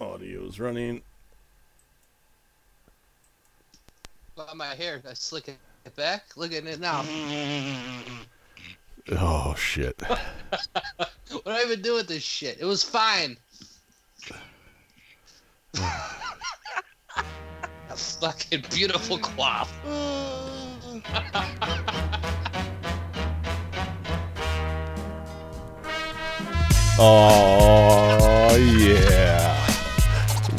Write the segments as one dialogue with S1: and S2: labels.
S1: Audio is running.
S2: About my hair, I slick it back. Look at it now.
S3: Mm-hmm.
S1: Oh shit!
S2: What do I even do with this shit? It was fine. a fucking beautiful quaff.
S1: Oh yeah!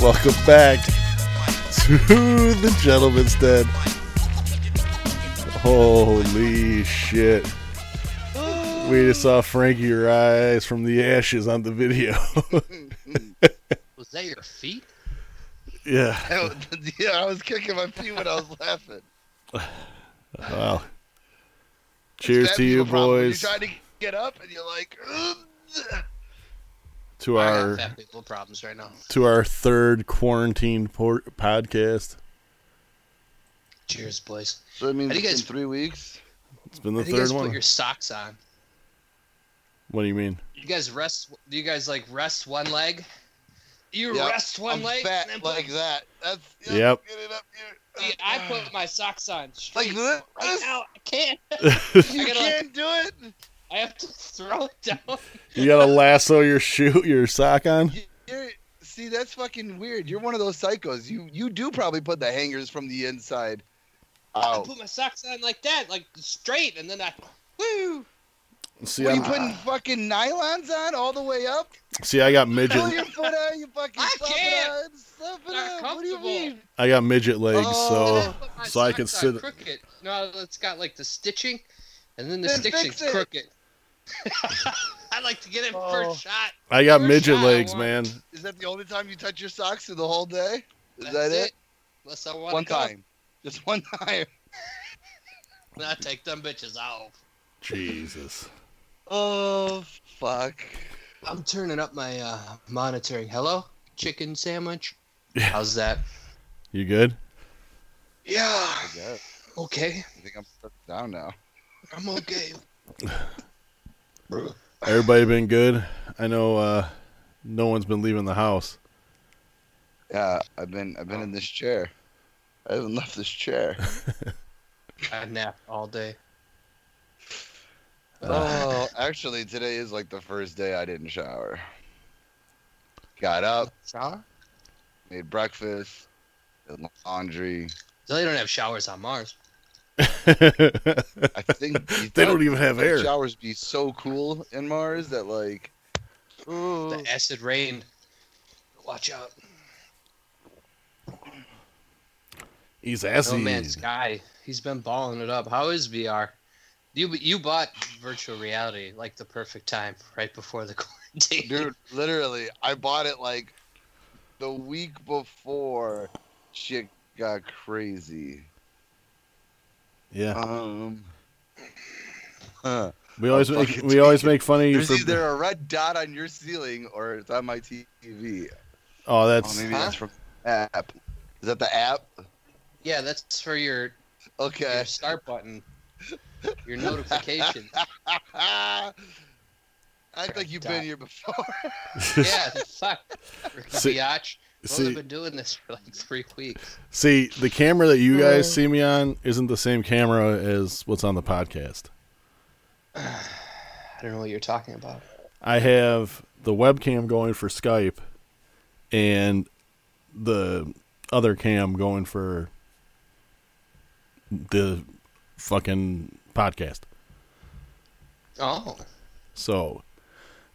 S1: Welcome back to the Gentleman's Den. Holy shit! We just saw Frankie rise from the ashes on the video.
S2: Was that your feet?
S1: yeah.
S3: I was- yeah, I was kicking my feet when I was laughing.
S1: Wow. Cheers
S3: That's
S1: to you,
S3: the problem.
S1: boys.
S3: You're trying to get up and you're like, "Ugh."
S1: to
S2: I
S1: our
S2: got fat people problems right now.
S1: to our third quarantine por- podcast.
S2: Cheers, boys.
S3: so that means
S2: How do
S3: it's
S2: you guys-
S3: been three weeks.
S1: It's been the
S2: How do you guys
S1: third one.
S2: put your socks on?
S1: What do you mean?
S2: You guys rest. Do you guys like rest one leg? You
S3: Yep,
S2: rest one
S3: I'm
S2: leg.
S3: fat
S2: and then put-
S3: like that. That's
S1: Yep.
S3: Get it up here.
S2: See, I put my socks on.
S3: like
S2: straight
S3: this.
S2: right now. I can't.
S3: You
S2: I gotta, like-
S3: can't do it.
S2: I have to throw it down.
S1: You gotta lasso your shoe, your sock on.
S3: You're, see, that's fucking weird. You're one of those psychos. You you do probably put the hangers from the inside.
S2: I
S3: out.
S2: put my socks on like that, like straight, and then I, woo.
S1: See,
S3: What,
S1: I'm,
S3: you putting fucking nylons on all the way up?
S1: see, I got
S3: Pull
S1: midget.
S3: your foot out, you fucking
S2: I
S3: slap
S2: can't.
S3: it on, slap it
S2: Not
S3: up. What do you
S2: comfortable.
S3: mean?
S1: I got midget legs,
S3: Oh.
S2: And then
S1: so
S2: put my
S1: so I could
S2: socks on
S1: sit-
S2: crooked. No, it's got like the stitching, and then the
S3: Then
S2: stitching's
S3: fix it.
S2: crooked. I like to get it
S3: Oh.
S2: first shot.
S1: I got
S2: Your
S1: midget
S2: shot,
S1: legs,
S2: I
S1: man.
S2: want.
S3: Is that the only time you touch your socks through the whole day? Is
S2: That's
S3: that
S2: it?
S3: it?
S2: Unless I want
S3: One time. Just one time.
S2: I take them bitches out.
S1: Jesus.
S3: Oh fuck.
S2: I'm turning up my uh, monitoring. Hello, chicken sandwich.
S1: Yeah.
S2: How's that?
S1: You good?
S2: Yeah.
S3: I guess.
S2: Okay,
S3: I think I'm stuck down now.
S2: I'm okay.
S1: Everybody been good? I know uh, no one's been leaving the house.
S3: Yeah, I've been I've been in this chair. I haven't left this chair.
S2: I nap all day.
S3: Oh, actually, today is like the first day I didn't shower. Got up,
S2: Shower?
S3: made breakfast, did laundry.
S2: So they don't have showers on Mars.
S1: they
S3: I think they
S1: don't even have air.
S3: Showers be so cool in Mars that like, ooh,
S2: The acid rain. Watch out.
S1: He's
S2: Oh
S1: assy.
S2: man, Sky, he's been balling it up. How is VR? You you bought virtual reality like the perfect time, right before the quarantine.
S3: dude, literally, I bought it like the week before shit got crazy.
S1: Yeah.
S3: Um, huh.
S1: We always
S3: I'm
S1: make,
S3: fucking
S1: we always make fun of you
S3: there's
S1: for
S3: either a red dot on your ceiling or it's on my TV.
S1: oh
S3: Oh,
S1: that's
S3: maybe
S2: Huh?
S3: that's from the app. Is that the app?
S2: Yeah, that's for your,
S3: Okay.
S2: your start button, your notification.
S3: I
S2: Red
S3: think you've been
S2: dot.
S3: here before.
S2: yeah, fuck. Ricky
S1: See-
S2: Biatch. Well,
S1: see
S2: I've been doing this for like three weeks.
S1: see the camera that you
S2: Uh.
S1: guys see me on isn't the same camera as what's on the podcast.
S2: I don't know what you're talking about.
S1: I have the webcam going for Skype and the other cam going for the fucking podcast.
S2: Oh,
S1: So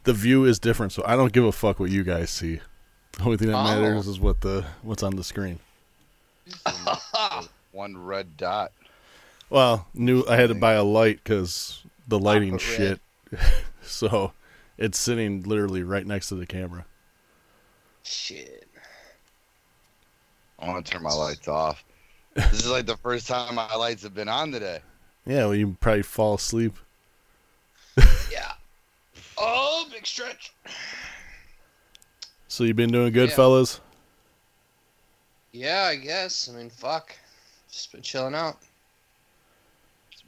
S1: the view is different, so I don't give a fuck what you guys see. The only thing that
S2: Oh.
S1: matters is what the what's on the screen.
S3: One red dot.
S1: Well, new. I had to buy a light because the lighting
S3: red.
S1: shit. so it's sitting literally right next to the camera.
S2: shit.
S3: I want to turn my lights off. This is like the first time my lights have been on today.
S1: Yeah, well, you probably fall asleep.
S2: Yeah. Oh, big stretch.
S1: So you've been doing good,
S2: Yeah.
S1: fellas.
S2: Yeah, I guess. I mean, fuck. Just been chilling out.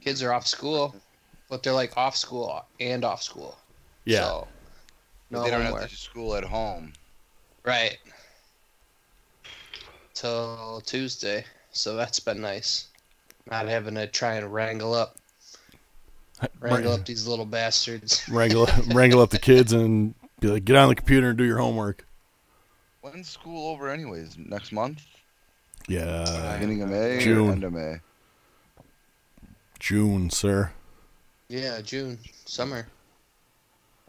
S2: Kids are off school, but they're like off school and off school.
S1: Yeah,
S2: So, no
S3: they don't have
S2: homework.
S3: to do school at home.
S2: Right. till Tuesday, so that's been nice. Not having to try and wrangle up, wrangle up these little bastards.
S1: wrangle wrangle up the kids and be like, get on the computer and do your homework.
S3: When's school over, anyways? Next month,
S1: Yeah,
S3: beginning of May, or
S1: Uh, June.
S3: end of May.
S1: June, sir.
S2: Yeah, June, summer,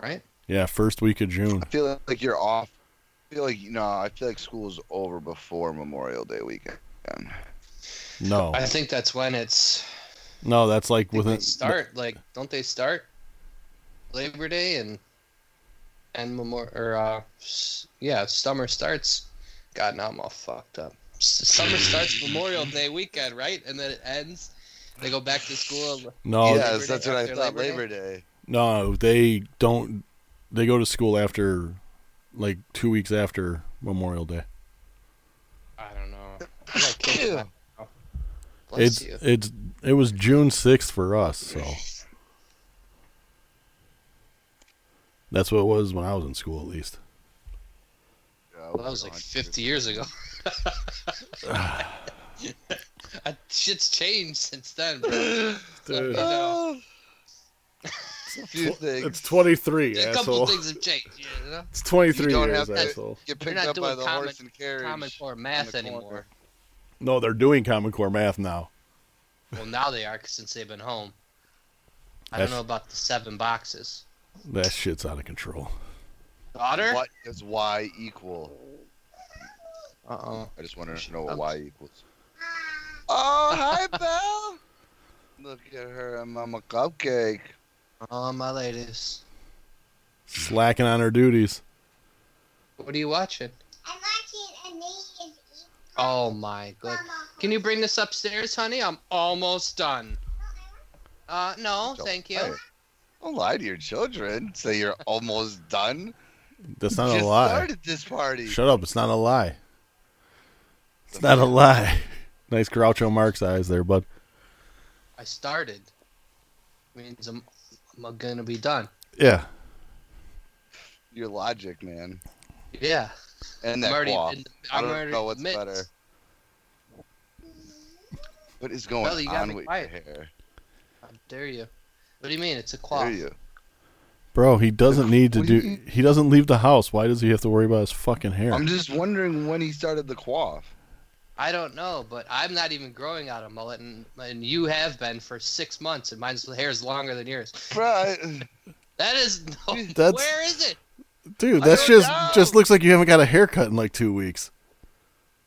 S2: right?
S1: Yeah, first week of June.
S3: I feel like you're off. I feel like no. I feel like school's over before Memorial Day weekend.
S1: No,
S2: I think that's when it's.
S1: no, that's like
S2: I think
S1: within.
S2: they start like don't they start Labor Day and and Memorial or uh s- yeah summer starts. God, now I'm all fucked up. S- Summer starts Memorial Day weekend, right? And then it ends. They go back to school.
S1: No,
S2: Yeah.
S3: yes,
S2: Labor
S3: that's
S2: Day
S3: what I
S2: after
S3: thought.
S2: Labor
S3: Labor Day.
S1: no, they don't. They go to school after, like two weeks after Memorial Day.
S2: I don't know. I'm like kicked out. Bless
S1: It's
S2: you.
S1: it's it was June sixth for us, so that's what it was when I was in school, at least.
S3: Yeah,
S2: Well, that was like 50 years ago. Uh, Shit's changed since then, bro. Just let you know.
S3: a few things.
S1: It's twenty three,
S2: A couple
S1: asshole.
S2: things have changed. You know?
S1: It's twenty
S3: You
S1: three
S3: don't
S1: years,
S3: have to-
S1: asshole.
S3: Get
S2: They're
S3: picked
S2: not
S3: up by
S2: doing
S3: the
S2: common-
S3: horse and carriage.
S2: Common Core math
S3: on the corner.
S2: anymore.
S1: No, they're doing Common Core math now.
S2: Well, now they are 'cause since they've been home. I
S1: That's-
S2: don't know about the seven boxes.
S1: That shit's out of control.
S2: Daughter?
S3: What is y equal?
S2: Uh oh.
S3: I just wanted to know what y equals. Oh, hi, Belle. Look at her. I'm, I'm a cupcake.
S2: Oh, my ladies.
S1: Slacking on her duties.
S2: What are you watching?
S4: I'm watching Amazing
S2: Oh, my good.
S4: Mama.
S2: Can you bring this upstairs, honey? I'm almost done. Uh, no,
S3: Don't
S2: thank
S3: lie.
S2: you.
S3: Don't lie to your children. Say you're almost done.
S1: That's not
S3: just
S1: a lie.
S3: started this party.
S1: Shut up! It's not a lie. It's not a lie. nice Groucho Marx eyes there, bud.
S2: I started. Means I'm, I'm gonna be done.
S1: Yeah,
S3: Your logic, man.
S2: Yeah.
S3: And
S2: I'm
S3: that
S2: already.
S3: quaff.
S2: in-
S3: I
S2: I'm
S3: don't
S2: already
S3: know what's
S2: mixed.
S3: better. What is going
S2: Well, you gotta
S3: on
S2: be
S3: with
S2: quiet.
S3: your hair?
S2: How dare you? What do you mean? It's a
S3: Where
S2: cloth.
S3: are you?
S1: bro. He doesn't need to
S3: What do
S1: do.
S3: you-
S1: He doesn't leave the house. Why does he have to worry about his fucking hair?
S3: I'm just wondering when he started the quaff.
S2: I don't know, but I'm not even growing out a mullet, and, and you have been for six months, and mine's hair is longer than yours.
S3: Bro, I-
S2: That is no.
S1: That's-
S2: Where is it?
S1: Dude,
S3: I
S1: that's
S3: don't
S1: just
S3: know.
S1: just looks like you haven't got a haircut in like two weeks.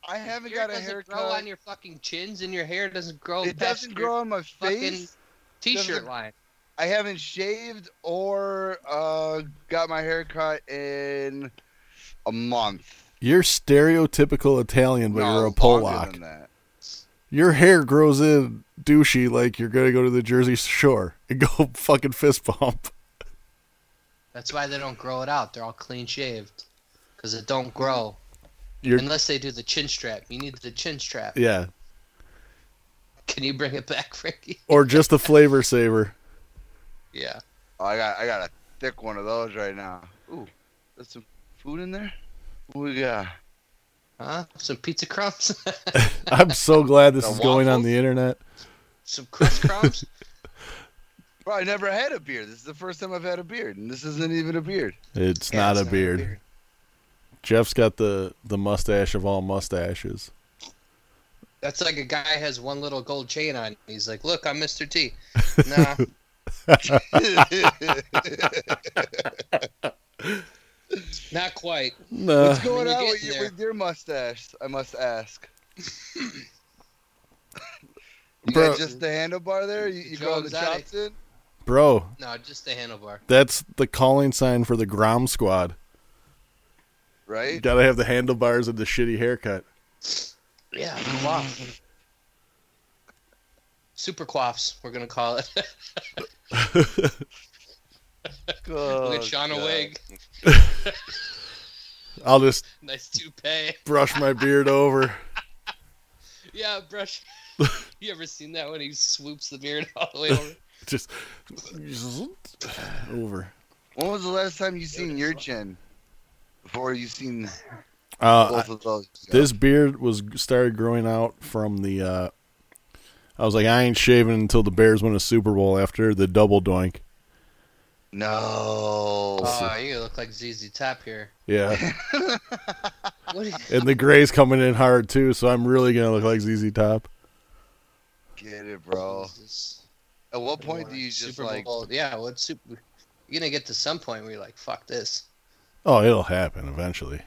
S3: I haven't
S2: Your
S3: got a
S2: doesn't Grow
S3: haircut.
S2: on your fucking chins, and your hair doesn't grow.
S3: It
S2: past
S3: doesn't
S2: your
S3: grow on my face.
S2: T-shirt
S3: doesn't-
S2: line.
S3: I haven't shaved or uh, got my hair cut in a month.
S1: You're stereotypical Italian, but
S3: No,
S1: you're a
S3: longer
S1: Polak.
S3: than that.
S1: Your hair grows in douchey like you're gonna go to the Jersey Shore and go fucking fist bump.
S2: That's why they don't grow it out. They're all clean shaved, because it don't grow
S1: You're
S2: unless they do the chin strap. You need the chin strap.
S1: yeah,
S2: Can you bring it back, Frankie?
S1: or just a flavor saver.
S2: Yeah.
S3: Oh, I got I got a thick one of those right now. Ooh, there's some food in there. What we got?
S2: Huh? Some pizza crumbs?
S1: I'm so glad this
S3: The
S1: is going on
S3: waffles?
S1: the internet.
S2: Some Chris crumbs?
S3: Bro, I never had a beard. This is the first time I've had a beard, and this isn't even a beard.
S1: It's
S2: Yeah,
S1: not
S2: it's
S1: a beard. Jeff's got the the mustache of all mustaches.
S2: That's like a guy has one little gold chain on. He's like, look, I'm Mr. T. Nah. Not quite.
S1: Nah.
S3: What's going
S2: I mean, you're
S3: on with
S2: getting
S3: your,
S2: there.
S3: with your mustache? I must ask. you
S1: Bro.
S3: got just the handlebar there. You, you
S2: Joe
S3: go the
S2: Exotic.
S3: chops in.
S1: bro.
S2: No, just the handlebar.
S1: That's the calling sign for the Grom Squad. You
S3: Right?
S1: gotta have the handlebars and the shitty haircut.
S2: Yeah, quaff. Super quaffs, we're gonna call it. Look
S3: Good
S2: at Shauna
S3: God.
S2: Wig.
S1: I'll just
S2: Nice toupee.
S1: brush my beard over.
S2: Yeah, brush. you ever seen that when he swoops the beard all the way over?
S1: Just over.
S3: When was the last time you seen your chin? Before you seen
S1: Uh,
S3: Both of those.
S1: this beard was started growing out from the. Uh, I was like, I ain't shaving until the Bears win a Super Bowl after the double doink.
S3: No.
S2: Oh, you look like ZZ Top here.
S1: Yeah,
S2: What is,
S1: and the gray's coming in hard too, so I'm really gonna look like ZZ Top.
S3: Get it, bro.
S2: Jesus.
S3: At what point do you just
S2: Super
S3: like?
S2: Bowl, yeah, what super? You're gonna get to some point where you're like, fuck this.
S1: Oh, it'll happen eventually.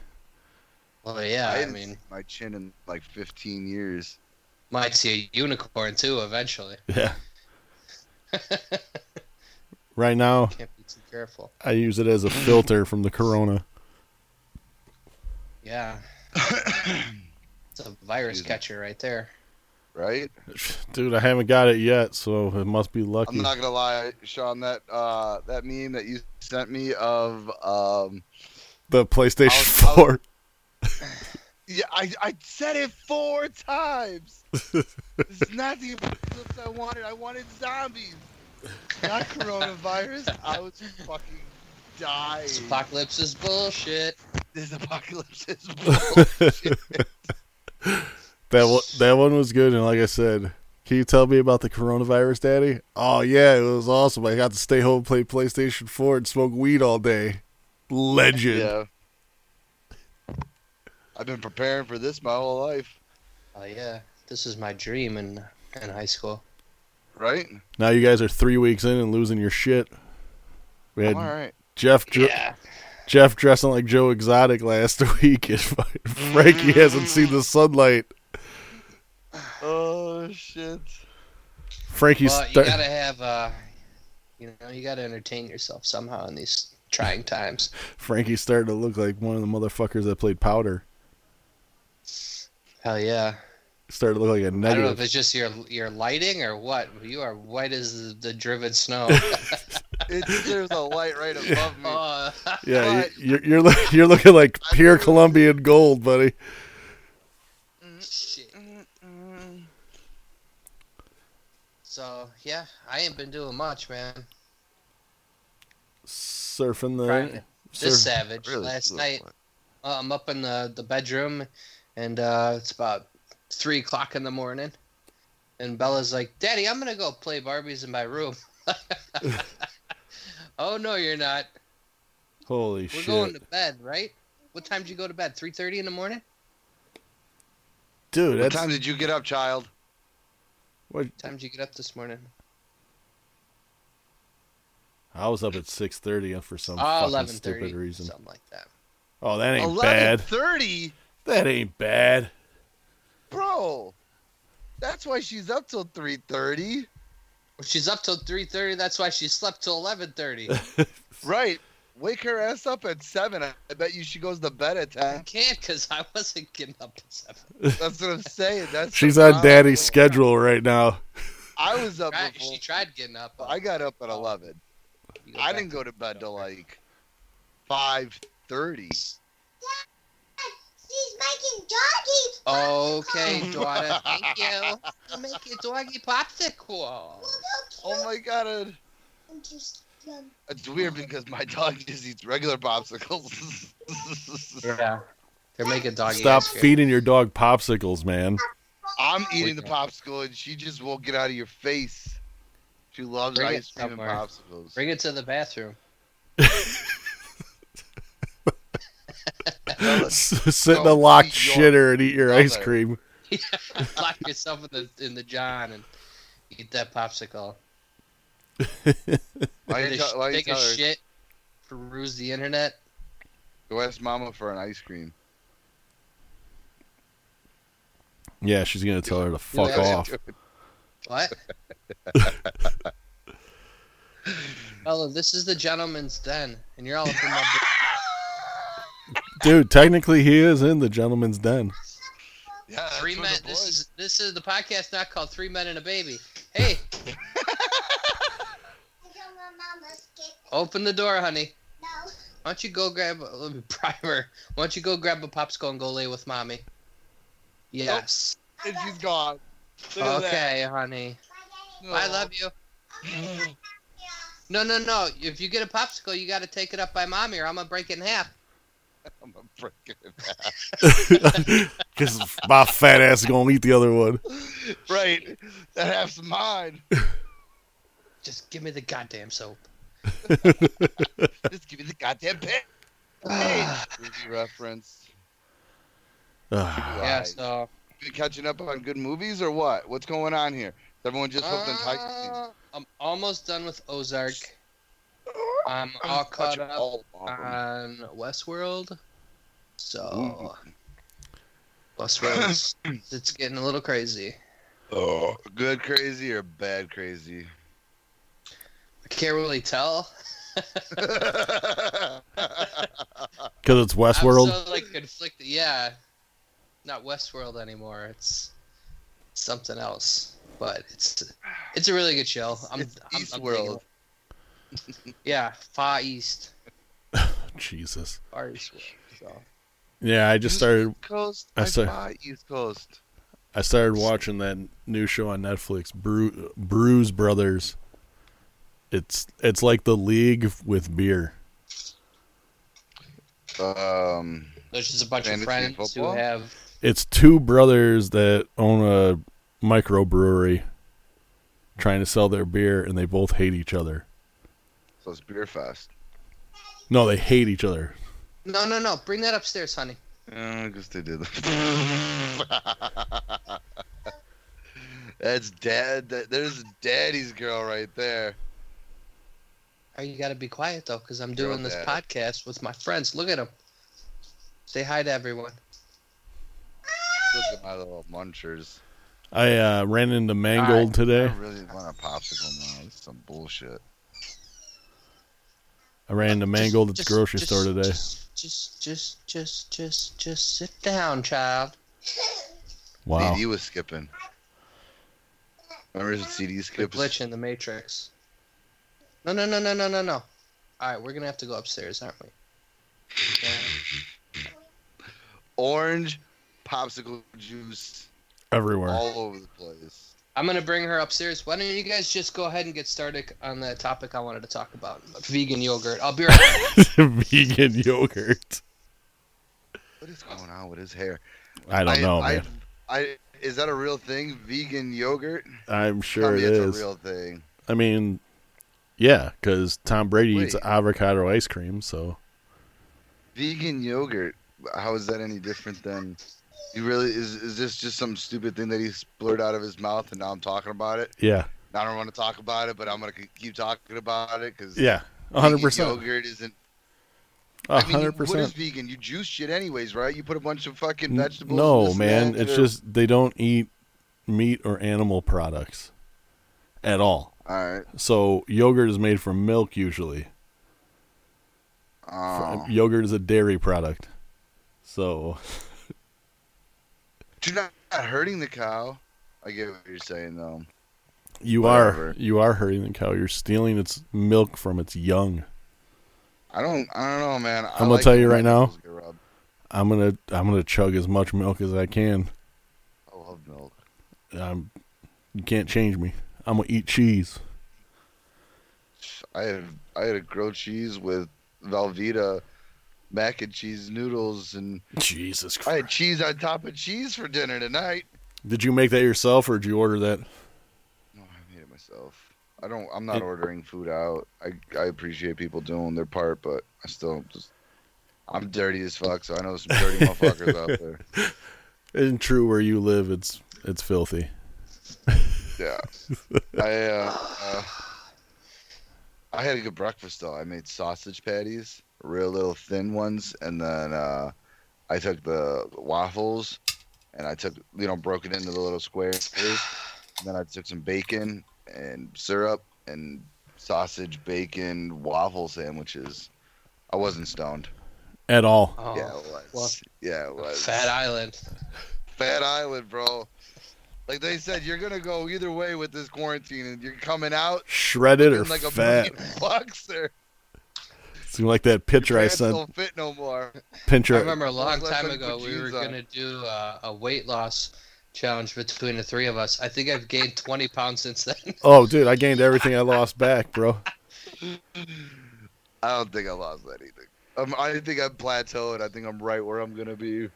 S2: Well, yeah,
S3: I
S2: I
S3: haven't
S2: mean,
S3: seen my chin in like 15 years.
S2: might see a unicorn too eventually.
S1: Yeah. right now,
S2: Can't be too careful.
S1: I use it as a filter from the Corona.
S2: Yeah. it's a virus
S3: Excuse me.
S2: catcher right there.
S3: Right?
S1: Dude, I haven't got it yet, so it must be lucky.
S3: I'm not gonna lie, Sean. That uh, that meme that you sent me of um,
S1: the PlayStation
S3: I was- I was-
S1: 4.
S3: yeah, I, I said it four times. this is not the apocalypse I wanted. I wanted zombies, not coronavirus. I was fucking dying.
S2: This apocalypse is bullshit.
S3: This apocalypse is
S1: That one, that one was good, and like I said, can you tell me about the coronavirus, Daddy? Oh yeah, it was awesome. I got to stay home, play PlayStation Four, and smoke weed all day. Legend.
S3: Yeah. I've been preparing for this my whole life,
S2: Oh yeah, this was my dream in in high school.
S3: right?
S1: Now you guys are three weeks in and losing your shit. We
S3: I'm
S1: had
S3: all right.
S1: Jeff dr-
S2: Yeah.
S1: Jeff dressing like Joe Exotic last week, and fucking Frankie hasn't seen the sunlight.
S3: Oh shit.
S1: Frankie's
S2: Well, you
S1: th-
S2: gotta have, uh, you know, you gotta entertain yourself somehow in these trying times.
S1: Frankie's starting to look like one of the motherfuckers that played Powder.
S2: Hell yeah.
S1: Started to look like a
S2: I don't know if
S1: negative.
S2: it's just your your lighting or what. You are white as the, the driven snow.
S3: It's, there's a light right above me.
S2: oh,
S1: Yeah,
S3: but-
S1: you- you're you're, li- you're looking like
S3: I
S1: pure
S3: really-
S1: Colombian gold, buddy.
S2: shit. So yeah, I ain't been doing much, man.
S1: surfing the
S2: Trying to- This
S1: surf-
S2: savage last night. Uh, I'm up in the, the bedroom, and uh, it's about three o'clock in the morning. And Bella's like, "Daddy, I'm gonna go play Barbies in my room." oh no, you're not.
S1: holy
S2: We're
S1: shit
S2: going to bed, right? What time did you go to bed? Three thirty in the morning?
S1: dude
S3: What
S1: that's
S3: time did you get up, child?
S1: what-
S2: What time did you get up this morning?
S1: i was up at 6.30 for some
S2: Ah,
S1: fucking
S2: eleven thirty.
S1: stupid reason
S2: Something like that.
S1: oh that ain't
S3: Eleven
S1: bad
S3: thirty,
S1: that ain't bad
S3: bro. That's why she's up till three thirty,
S2: Well, she's up till three thirty. That's why she slept till eleven thirty.
S3: right? Wake her ass up at seven. I I bet you she goes to bed at
S2: I
S3: ten.
S2: can't because I wasn't getting up at seven.
S3: That's what I'm saying. That's
S1: she's
S3: the
S1: on daddy's
S3: problem.
S1: schedule right now
S3: I was up
S2: Tried-
S3: before.
S2: she tried getting up. but
S3: I got up at eleven.
S2: you go
S3: I
S2: back
S3: didn't
S2: to-
S3: go to bed till like five thirty.
S4: She's making doggy.
S3: Oh.
S2: Okay, Dora. Thank you. You Mm-hmm. make your doggy popsicle.
S3: Oh my god, uh,
S4: I'm just um,
S3: it's weird because my dog just eats regular popsicles.
S2: Yeah. They're making doggy.
S1: stop
S2: ice cream.
S1: feeding your dog popsicles man
S3: I'm eating the popsicle and she just won't get out of your face. She loves
S2: Bring it
S3: ice cream and
S2: somewhere.
S3: popsicles.
S2: Bring it to the bathroom.
S1: S- sit in a
S3: no,
S1: locked
S3: eat your
S1: shitter and eat your ice
S3: mother.
S1: cream
S2: Lock yourself in the in the john and eat that popsicle.
S3: Why you
S2: Take a
S3: tell-
S2: sh-
S3: why you
S2: take a
S3: tell her?
S2: shit. Peruse the internet.
S3: Go ask Mama for an ice cream.
S1: yeah she's gonna tell her to fuck
S2: Yeah.
S1: off
S2: What? Hello, this is the gentleman's den, and you're all up in my. bu-
S1: dude technically he is in the gentleman's den
S3: Yeah, that's
S2: Three
S3: what the
S2: men. This
S3: boys-
S2: is this is the podcast not called Three Men and a Baby. Hey,
S4: I don't want mama's kid.
S3: Oh.
S2: open the door, honey.
S4: No.
S2: Why don't you go grab a little primer? Why don't you go grab a popsicle and go lay with mommy? Yes.
S3: And she's gone. Look at that.
S2: okay, honey.
S3: No.
S2: I love you. No, no, no. If you get a popsicle, you got to take it up by mommy, or I'm gonna break it in half.
S3: I'm a breaking it back.
S1: Because my fat ass is gonna eat the other one.
S3: Right. That half's mine.
S2: Just give me the goddamn soap.
S3: Just give me the goddamn pig.
S2: Ah.
S3: Movie reference.
S1: Ah,
S2: Yeah,
S3: Right.
S2: so
S3: Been catching up on good movies or what? What's going on here? Is everyone just hooked on Tiger
S2: uh, I'm almost done with Ozark.
S3: Uh,
S2: I'm all caught
S3: King?
S2: up
S3: Uh,
S2: on Westworld. So Westworld's it's getting a little crazy.
S3: Oh, good crazy or bad crazy?
S2: I can't really tell.
S1: because it's
S2: I'm
S1: Westworld.
S2: so like conflicted. Yeah, not Westworld anymore. It's something else. But it's it's a really good show. I'm,
S3: It's
S2: I'm, I'm
S3: Eastworld.
S2: digging it. yeah, Far East,
S1: Jesus.
S2: Far East. World, So
S1: Yeah, I just started.
S3: Coast.
S1: I
S3: I
S1: saw-
S3: saw East Coast.
S1: I started watching that new show on Netflix, Bru- Bruise Brothers. It's it's like the league with beer.
S3: Um,
S2: there's just a bunch
S3: Fantasy
S2: of friends
S3: football?
S2: who have
S1: It's two brothers that own a microbrewery, trying to sell their beer, and they both hate each other.
S3: so it's Beer Fest.
S1: No, they hate each other.
S2: no, no, no. Bring that upstairs, honey.
S3: Yeah, I guess they did that. That's dad. That, there's daddy's girl right there.
S2: Oh, you gotta be quiet though, because I'm
S3: You're
S2: doing
S3: on
S2: this
S3: that.
S2: podcast with my friends. Look at them. Say hi to everyone.
S3: Look at my little munchers.
S1: I uh, ran into Mangold
S3: I
S1: today.
S3: really want a popsicle now. This is some bullshit.
S1: I ran into
S2: Just-
S1: Mangold at the
S2: just-
S1: grocery
S2: just-
S1: store today.
S2: Just, just, just, just, just, just sit down, child.
S1: wow.
S3: CD was skipping. Remember the CD
S2: Good
S3: skips?
S2: glitch in the matrix. No, no, no, no, no, no, no. All right, we're gonna have to go upstairs, aren't we?
S3: Orange popsicle juice
S1: Everywhere.
S3: all over the place.
S2: I'm gonna bring her upstairs. Why don't you guys just go ahead and get started on the topic I wanted to talk about, vegan yogurt. I'll be right. back.
S1: Vegan yogurt.
S3: What is going on with his hair?
S1: I don't know, man.
S3: I, I is that a real thing? Vegan yogurt?
S1: I'm
S3: Tell
S1: sure
S3: me
S1: it
S3: it's
S1: is.
S3: a real thing.
S1: I mean, yeah, because Tom Brady eats
S3: Wait.
S1: avocado ice cream, so
S3: Vegan yogurt. How is that any different than? You really is is this just some stupid thing that he splurted out of his mouth and now I'm talking about it?
S1: yeah,
S3: I don't want to talk about it, but I'm gonna keep talking about it because
S1: yeah, 100, percent
S3: Yogurt isn't. I mean, you-
S1: hundred
S3: What
S1: percent.
S3: is vegan? You juice shit anyways, right? You put a bunch of fucking vegetables. and
S1: No,
S3: this and
S1: man,
S3: that
S1: it's
S3: to-
S1: just they don't eat meat or animal products at all.
S3: all right.
S1: So yogurt is made from milk usually.
S3: Oh.
S1: Yogurt is a dairy product. So
S3: You're not not hurting the cow. I get what you're saying though.
S1: you
S3: Whatever.
S1: are you are hurting the cow. You're stealing its milk from its young.
S3: I don't. I don't know, man. I
S1: I'm gonna
S3: like
S1: tell you
S3: when
S1: right now.
S3: nipples get rubbed.
S1: I'm gonna I'm gonna chug as much milk as I can.
S3: I love milk.
S1: Um, you can't change me. I'm gonna eat cheese.
S3: I had I had a grilled cheese with Velveeta mac and cheese noodles, and
S1: Jesus
S3: I had cheese on top of cheese for dinner tonight.
S1: Did you make that yourself or did you order that?
S3: No, I made it myself. I don't. I'm not
S1: It-
S3: ordering food out. I I appreciate people doing their part, but I still just. I'm dirty as fuck, so I know some dirty motherfuckers out there.
S1: In true where you live, it's it's filthy.
S3: Yeah. I uh, uh, I had a good breakfast though. I made sausage patties, real little thin ones, and then uh, I took the waffles and I took you know broke it into the little squares. And then I took some bacon and syrup and sausage bacon waffle sandwiches. I wasn't stoned.
S1: At all.
S2: Oh,
S3: yeah, it was.
S2: well,
S3: yeah, it was.
S2: Fat Island.
S3: Fat Island, bro. Like they said, you're gonna go either way with this quarantine, and you're coming out
S1: Shredded or
S3: looking like a
S1: fat.
S3: million bucks. Or
S1: Seemed like that picture I
S3: pants
S1: sent.
S3: don't fit no more.
S1: Picture.
S2: I remember a long
S3: Unless I
S2: time
S3: put
S2: ago we
S3: jeans
S2: were
S3: on.
S2: gonna do uh, a weight loss challenge between the three of us. I think I've gained 20 pounds since then.
S1: Oh, dude, I gained everything I lost back, bro.
S3: I don't think I lost anything. I'm, I think I'm plateaued. I think I'm right where I'm gonna be.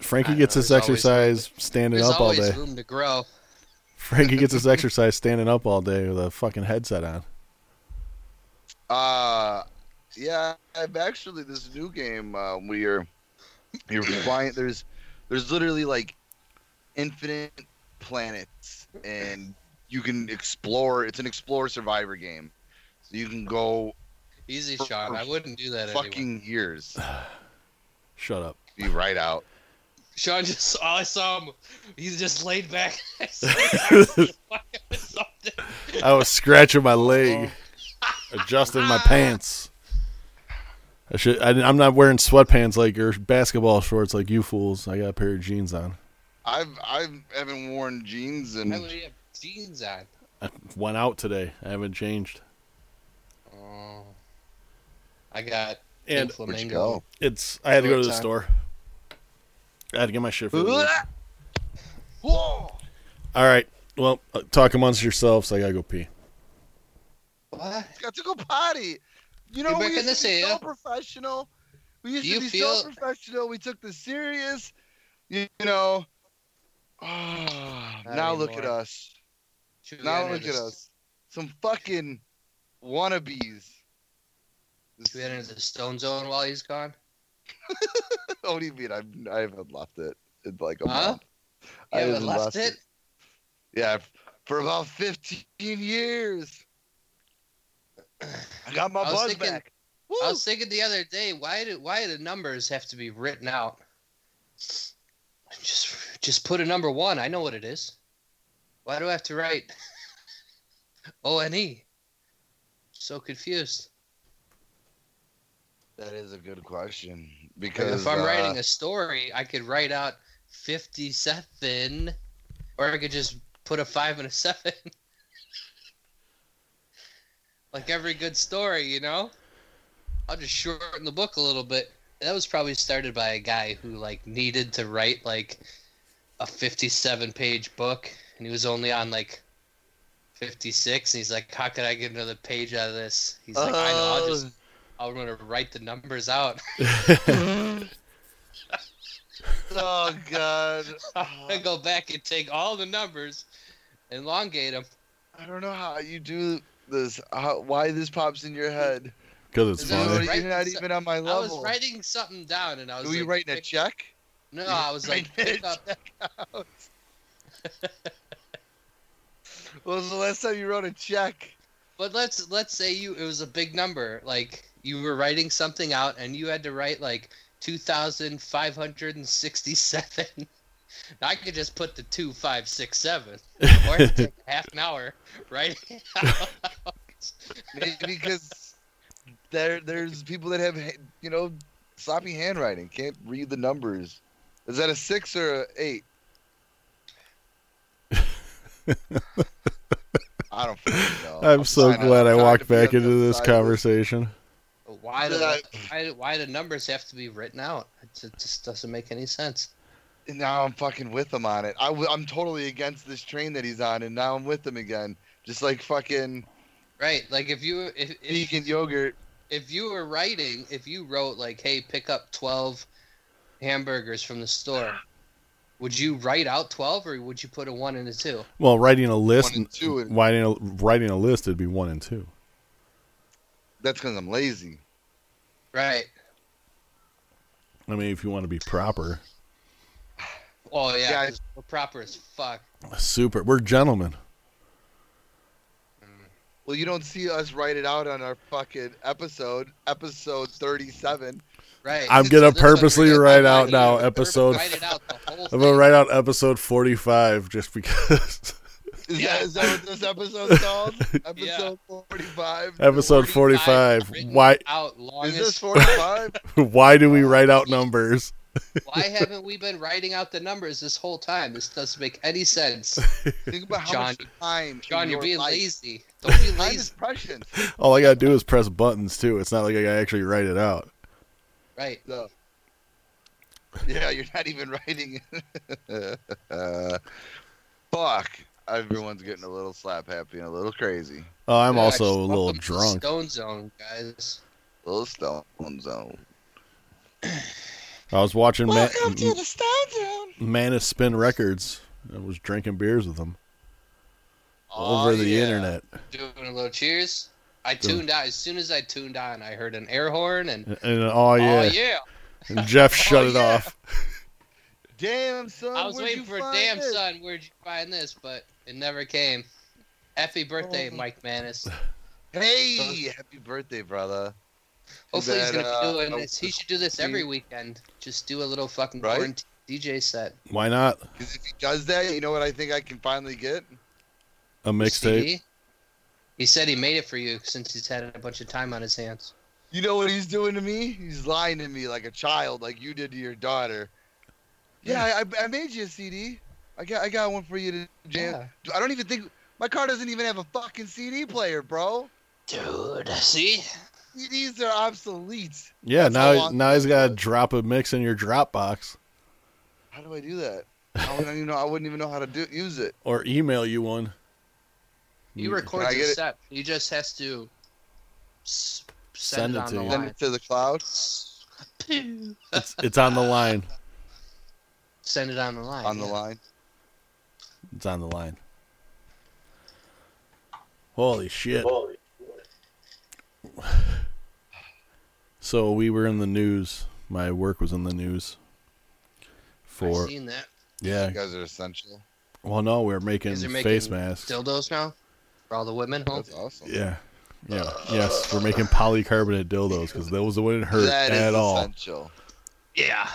S1: Frankie
S2: I
S1: gets
S2: know,
S1: his
S2: there's always-
S1: exercise standing
S2: There's
S1: up all
S2: always
S1: day.
S2: room to grow.
S1: Frankie gets his exercise standing up all day with a fucking headset on.
S3: Uh yeah, I've actually this new game uh, where you're you're flying. There's there's literally like infinite planets, and you can explore. It's an explore survivor game, so you can go
S2: Easy
S3: For-
S2: shot.
S3: for
S2: I wouldn't do that anyway.
S3: fucking years.
S1: Shut up.
S3: Be right out.
S2: Sean just all I saw him. He's just laid back. I saw him fucking with something.
S1: I was scratching my leg, adjusting my pants. I should. I, I'm not wearing sweatpants like or basketball shorts like you fools. I got a pair of jeans on.
S3: I've I haven't worn jeans
S2: Why would
S3: and
S2: he have jeans on?
S1: I went out today. I haven't changed.
S2: Oh, I got
S1: And
S3: where'd you
S2: flamingo.
S3: go?
S1: it's. I had to go to the
S2: Time.
S1: store. I had to get my shit. For the week.
S3: Whoa!
S1: All right. Well, uh, talk amongst yourselves. I gotta go pee.
S2: What?
S3: Got to go potty. You know
S2: Get back
S3: we
S2: in
S3: used
S2: this
S3: to be so
S2: here.
S3: professional. We used
S2: Do you
S3: to be
S2: feel-
S3: so professional. We took this serious. You, you know. Ah,
S2: Not
S3: now look at
S2: anymore.
S3: us.
S2: Should we
S3: Now
S2: enter
S3: look at
S2: this-
S3: us. Some fucking wannabes.
S2: Should we enter the stone zone while he's gone?
S3: What do you mean? I've I haven't left it in like a
S2: Huh?
S3: month.
S2: You
S3: I
S2: haven't
S3: haven't
S2: left
S3: left
S2: it?
S3: Yeah, f- for about fifteen years. I got my
S2: I was
S3: buzz
S2: thinking-
S3: back. Woo!
S2: I was thinking the other day, why do why do numbers have to be written out? Just just put a number one. I know what it is. Why do I have to write O N E? So confused.
S3: That is a good question
S2: Like,
S3: because
S2: if I'm
S3: uh,
S2: writing a story, I could write out fifty-seven, or I could just put a five and a seven. like every good story, you know. I'll just shorten the book a little bit. That was probably started by a guy who like needed to write like a fifty-seven page book, and he was only on like. 56 and he's like how could i get another page out of this he's like i know i'll just i'm gonna write the numbers out
S3: Oh God!
S2: I go back and take all the numbers, and elongate them.
S3: I don't know how you do this. How, why this pops in your head?
S1: Cause it's
S2: Dude,
S3: You're
S1: funny.
S3: not-
S2: Right,
S3: You're not
S2: so-
S3: even on my
S2: I was
S3: level.
S2: writing something down, and I was
S3: Were you
S2: like,
S3: writing a
S2: pick-
S3: check?
S2: No,
S3: you
S2: I was like,
S3: writing a
S2: pick up.
S3: When was the last time you wrote a check?
S2: But let's let's say you it was a big number, like you were writing something out, and you had to write like two thousand five hundred and sixty-seven. I could just put the two five six seven, or it take half an hour writing. it out.
S3: Maybe because there there's people that have ha- you know sloppy handwriting, can't read the numbers. Is that a six or a eight? I don't fucking know.
S1: I'm so
S3: trying to-
S1: glad I
S3: I'm trying
S1: walked
S3: to be
S1: back
S3: on
S1: into
S3: the
S1: this
S3: side of
S1: conversation.
S2: why do
S3: Yeah.
S2: why, do- why do numbers have to be written out? It, it just doesn't make any sense.
S3: And now I'm fucking with him on it. I w- I'm totally against this train that he's on, and now I'm with him again. Just like fucking
S2: Right, like if you if if,
S3: vegan yogurt.
S2: if you were writing, if you wrote like, "Hey, pick up twelve hamburgers from the store," would you write out twelve, or would you put a one and a two?
S1: Well, writing a list,
S3: and two and-
S1: writing a, writing a list, it'd be one and two.
S3: That's because I'm lazy.
S2: Right.
S1: I mean, if you want to be proper,
S2: Oh yeah,
S3: Yeah, I-
S2: 'cause we're proper as fuck.
S1: super. We're gentlemen.
S3: Well, you don't see us write it out on our fucking episode, episode 37.
S2: Right.
S1: I'm gonna
S2: This is what
S1: purposely
S2: we're
S1: write
S2: doing.
S1: out now
S2: We're
S1: episode-
S2: Write it out the whole
S1: I'm gonna
S2: thing.
S1: write out episode 45 just because.
S3: Is,
S2: Yeah.
S3: that, is that what this episode's called? Episode 45.
S1: episode 45.
S2: 45 written
S1: Why
S2: out long
S3: Is
S2: as-
S3: this 45?
S1: why do we write out numbers?
S2: Why haven't we been writing out the numbers this whole time? This doesn't make any sense.
S3: Think about how
S2: John-
S3: much time.
S2: John,
S3: in
S2: you're
S3: your
S2: being
S3: life-
S2: lazy. Don't be
S3: Time
S2: lazy.
S3: is precious.
S1: All I gotta do is press buttons too. It's not like I gotta actually write it out.
S2: Right.
S3: So. Yeah, you're not even writing it. uh, fuck. Everyone's getting a little slap happy and a little crazy.
S1: Oh, I'm
S2: Yeah,
S1: also
S2: just
S1: a little
S2: welcome to the
S1: drunk.
S2: Stone Zone, guys.
S3: Little Stone Zone.
S1: I was watching Ma-
S3: the Stone Zone.
S1: Manus Spin Records. I was drinking beers with them
S2: Aw,
S1: over the
S2: Oh, yeah.
S1: internet.
S2: Doing a little cheers. I
S1: Doing-
S2: tuned out. As soon as I tuned on, I heard an air horn and,
S1: And, and, oh, yeah.
S2: oh, yeah.
S1: And Jeff shut it
S2: yeah.
S1: off.
S3: Damn son.
S2: I was
S3: Oh, where'd
S2: waiting
S3: you
S2: for
S3: find
S2: damn
S3: this?
S2: son, where'd you find this? But it never came. Happy birthday,
S3: Oh.
S2: Mike Manis.
S3: Hey, happy birthday, brother.
S2: Hopefully he's
S3: that,
S2: gonna
S3: uh,
S2: be doing
S3: oh,
S2: this. He should do this every weekend. Just do a little fucking
S3: Right?
S2: quarantine DJ set.
S1: Why not?
S3: Because if he does that, you know what I think I can finally get?
S1: A mixtape.
S2: CD. He said he made it for you since he's had a bunch of time on his hands.
S3: You know what he's doing to me? He's lying to me like a child, like you did to your daughter. Yeah, I- I, I made you a CD. I got I got one for you to jam. I don't even think my car doesn't even have a fucking CD player, bro.
S2: Dude, see?
S3: CDs are obsolete.
S1: Yeah,
S3: That's how
S1: now
S3: long-
S1: now he's got to drop a mix in your Dropbox
S3: How do I do that? I wouldn't even know. I wouldn't even know how to do use it.
S1: or email you one.
S2: He
S1: You-
S2: records
S3: I get
S2: a
S3: it?
S2: set. He just has to s-
S1: Send
S2: send,
S1: it
S2: it on
S1: to
S2: the
S1: you.
S3: Send
S2: line.
S3: it to the cloud.
S1: It's, it's on the line.
S2: Send it on the line.
S3: On the
S2: yeah.
S3: line.
S1: It's on the line. Holy shit. So we were in the news. My work was in the news. For
S2: I've seen that.
S1: yeah,
S3: You guys are essential.
S1: well, no, we are making
S2: Guys are making
S1: face masks.
S2: Dildos now? For all the women home?
S3: That's awesome.
S1: yeah, yeah, yes, we're making polycarbonate dildos because those wouldn't hurt
S3: That is
S1: at all.
S3: essential.
S2: Yeah.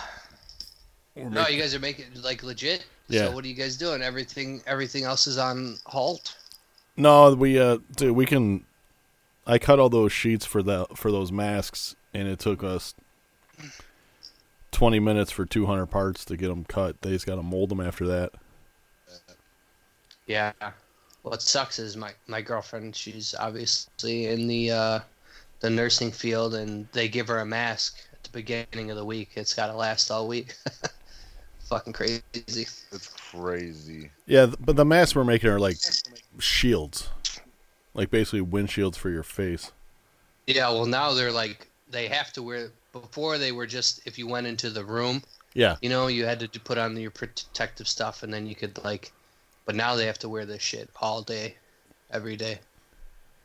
S1: We're
S2: No,
S1: making-
S2: you guys are making it, like legit.
S1: Yeah.
S2: So what are you guys doing? Everything everything else is on halt.
S1: No, we uh, dude, we can. I cut all those sheets for the for those masks, and it took us twenty minutes for two hundred parts to get them cut. They just got to mold them after that.
S2: Yeah. What sucks is my my girlfriend. She's obviously in the uh, the nursing field, and they give her a mask at the beginning of the week. It's got to last all week. Fucking crazy.
S3: It's crazy.
S1: Yeah, th- but the masks we're making are like shields, like basically windshields for your face.
S2: Yeah. Well, now they're like they have to wear. Before they were just if you went into the room,
S1: Yeah,
S2: you know, you had to d- put on your protective stuff, and then you could like. But now they have to wear this shit all day, every day.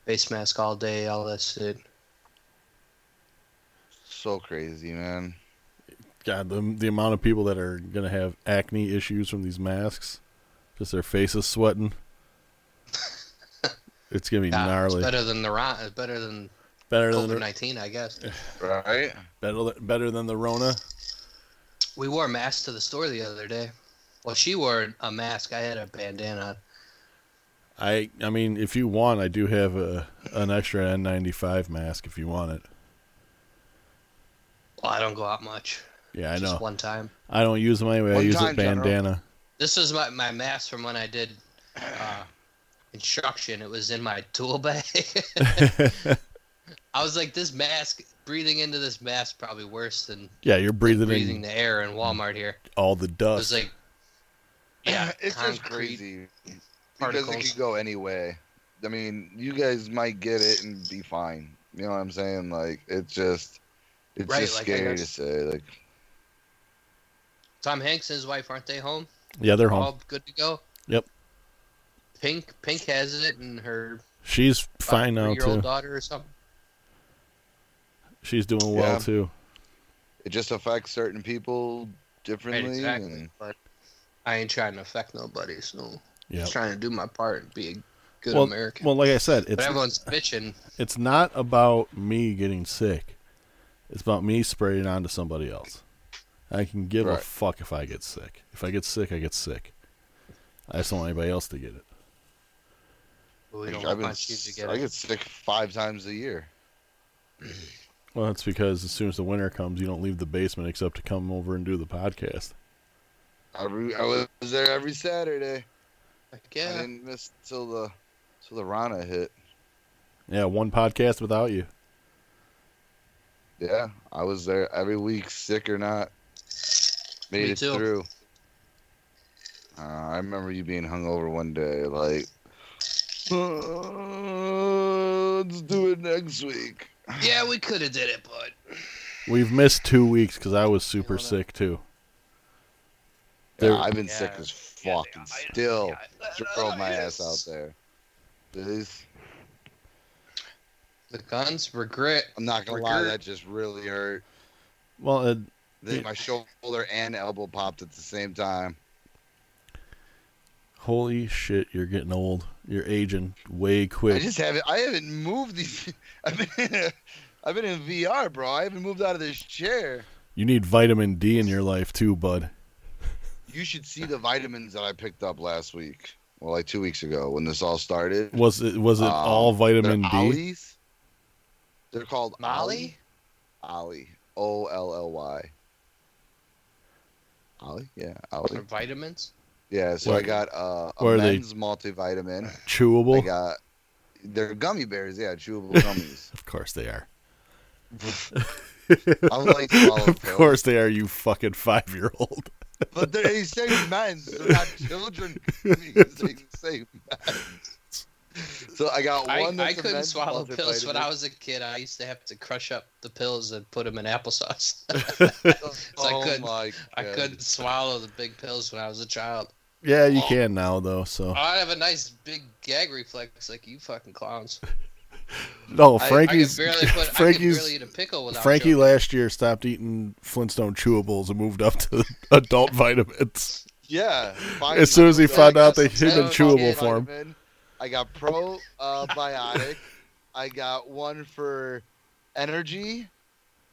S2: Face mask all day, all that shit.
S3: So crazy, man.
S1: God, the the amount of people that are gonna have acne issues from these masks, just their faces sweating. It's gonna be
S2: Yeah,
S1: gnarly.
S2: It's
S1: Better,
S2: better than the Ron- it's better than
S1: than
S2: COVID
S1: the,
S2: nineteen, I guess.
S3: Right?
S1: better, than- better than the Rona.
S2: We wore masks to the store the other day. Well, she wore a mask. I had a bandana. on.
S1: I I mean, if you want, I do have a an extra N95 mask if you want it.
S2: Well, I don't go out much.
S1: Yeah, I
S2: Just
S1: know.
S2: one time.
S1: I don't use them anyway. I
S3: One
S1: use a
S3: time, General.
S1: bandana.
S2: This was my, my mask from when I did uh, instruction. It was in my tool bag. I was like, this mask, breathing into this mask, probably worse than
S1: yeah, you're breathing,
S2: breathing
S1: in
S2: the air in Walmart here.
S1: all the
S2: It
S1: dust.
S2: was like, yeah,
S3: it's just
S2: concrete
S3: crazy because it
S2: particles.
S3: could go any way. I mean, you guys might get it and be fine. You know what I'm saying? Like, it's just, it's
S2: Right,
S3: just
S2: like, I
S3: scary to
S2: guess-
S3: say. Like,
S2: Tom Hanks and his wife aren't they home?
S1: yeah, they're home.
S2: all good to go.
S1: Yep.
S2: Pink Pink has it, and her
S1: She's fine now
S2: year old
S1: too.
S2: daughter or something.
S1: She's doing well
S3: Yeah.
S1: too.
S3: it just affects certain people differently.
S2: exactly.
S3: and-
S2: But I ain't trying to affect nobody, so
S1: Yeah.
S2: just trying to do my part and be a good
S1: Well,
S2: American.
S1: well, like I said,
S2: but
S1: it's
S2: everyone's bitching.
S1: it's not about me getting sick. It's about me spraying it onto somebody else. I can give a
S3: Right.
S1: fuck if I get sick. If I get sick, I get sick. I just don't want anybody else to get it.
S2: We don't
S3: I've been,
S2: want you to get
S3: I
S2: it.
S3: get sick five times a year.
S1: Well, that's because as soon as the winter comes, you don't leave the basement except to come over and do the podcast.
S3: I, re- I was there every Saturday.
S2: Like,
S3: I
S2: yeah,
S3: didn't miss till the till the Rana hit.
S1: Yeah, one podcast without you.
S3: Yeah, I was there every week, sick or not. Made
S2: Me
S3: it
S2: too.
S3: through. Uh, I remember you being hungover one day, like, "Uh, let's do it next week.
S2: Yeah, we could have did it, but
S1: We've missed two weeks because I was super sick too. There-
S3: Yeah, I've been sick
S2: Yeah.
S3: as fuck and still throw my ass out there. This-
S2: The guns regret.
S3: I'm not gonna lie, that just really hurt.
S1: Well, uh,
S3: Then
S1: Yeah.
S3: My shoulder and elbow popped at the same time.
S1: holy shit, you're getting old. You're aging way
S3: I
S1: quick.
S3: just haven't. I haven't moved these. I've been. In a, I've been in VR, bro. I haven't moved out of this chair.
S1: You need vitamin D in your life too, bud.
S3: You should see the vitamins that I picked up last week. Well, like two weeks ago when this all started.
S1: Was it was it
S3: Um,
S1: all vitamin D?
S3: They're Ollies. They're called
S2: Molly?
S3: Ollie. O L L Y. Ollie? Yeah,
S2: Or
S3: Ollie.
S2: vitamins.
S3: Yeah, so I
S1: What-
S3: got uh, a
S1: what are they?
S3: men's multivitamin. I
S1: Chewable?
S3: got they're gummy bears, yeah, chewable gummies.
S1: Of course they are.
S3: I would like to swallow
S1: of
S3: pills.
S1: course they are, you fucking five year old.
S3: But they're he said men's, they're not children. He's saying same men's. So I got
S2: I,
S3: one.
S2: I
S3: that's a
S2: couldn't
S3: men's
S2: swallow pills when
S3: multivitamin.
S2: I was a kid. I used to have to crush up the pills and put them in applesauce. I
S3: Oh
S2: couldn't-
S3: my
S2: I
S3: God.
S2: couldn't swallow the big pills when I was a child.
S1: Yeah,
S3: Oh.
S1: you can now though, so
S3: Uh,
S2: I have a nice big gag reflex like you fucking clowns.
S1: No,
S3: I- I
S2: I can
S1: Frankie's
S2: barely put.
S1: Frankie's
S2: I can barely eat a pickle without.
S1: Frankie
S2: choking.
S1: last year stopped eating Flintstone chewables and moved up to adult vitamins.
S3: Yeah.
S1: As soon as he
S3: finally.
S1: found
S2: like
S1: out
S2: a
S1: they hid in
S2: Flintstone
S1: chewable
S2: kid.
S1: form.
S3: Vitamin. I got pro uh, biotic. I got one for energy.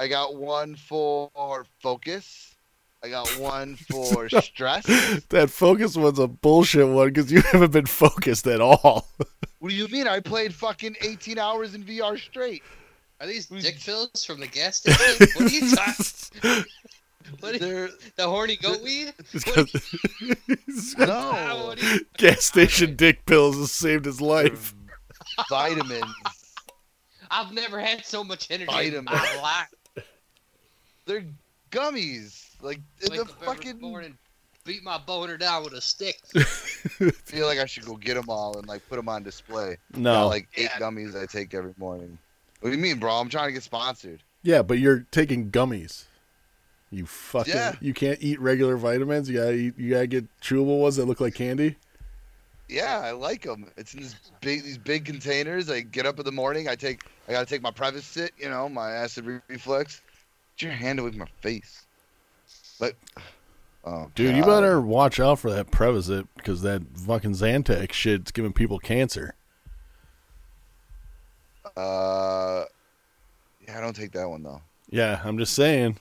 S3: I got one for focus. I got one for stress.
S1: That focus one's a bullshit one because you haven't been focused at all.
S3: What do you mean? I played fucking 18 hours in VR straight.
S2: Are these dick pills from the gas station? what are you talking? What are you-
S3: They're,
S2: the horny goat weed? Ah,
S3: no
S2: what are you-
S1: Gas station dick pills has saved his life.
S3: vitamins.
S2: I've never had so much energy.
S3: Bite 'em.
S2: in my life.
S3: They're gummies. Like, in
S2: Wake
S3: the
S2: up every
S3: fucking.
S2: morning, beat my boner down with a stick.
S3: Feel like I should go get them all and like put them on display. Got,
S1: No,
S3: like eight
S2: Yeah.
S3: gummies I take every morning. What do you mean, bro? I'm trying to get sponsored.
S1: yeah, but you're taking gummies. You fucking,
S3: Yeah.
S1: you can't eat regular vitamins. You gotta, eat, you gotta get chewable ones that look like candy.
S3: Yeah, I like them. It's in this big, these big containers. I get up in the morning. I take, I gotta take my Prevacid, you know, my acid re- reflux. Get your hand away from my face, like, oh,
S1: Dude, you
S3: God.
S1: better watch out for that Prevacid because that fucking Zantac shit's giving people cancer.
S3: Uh, yeah, I don't take that one though.
S1: Yeah, I'm just saying,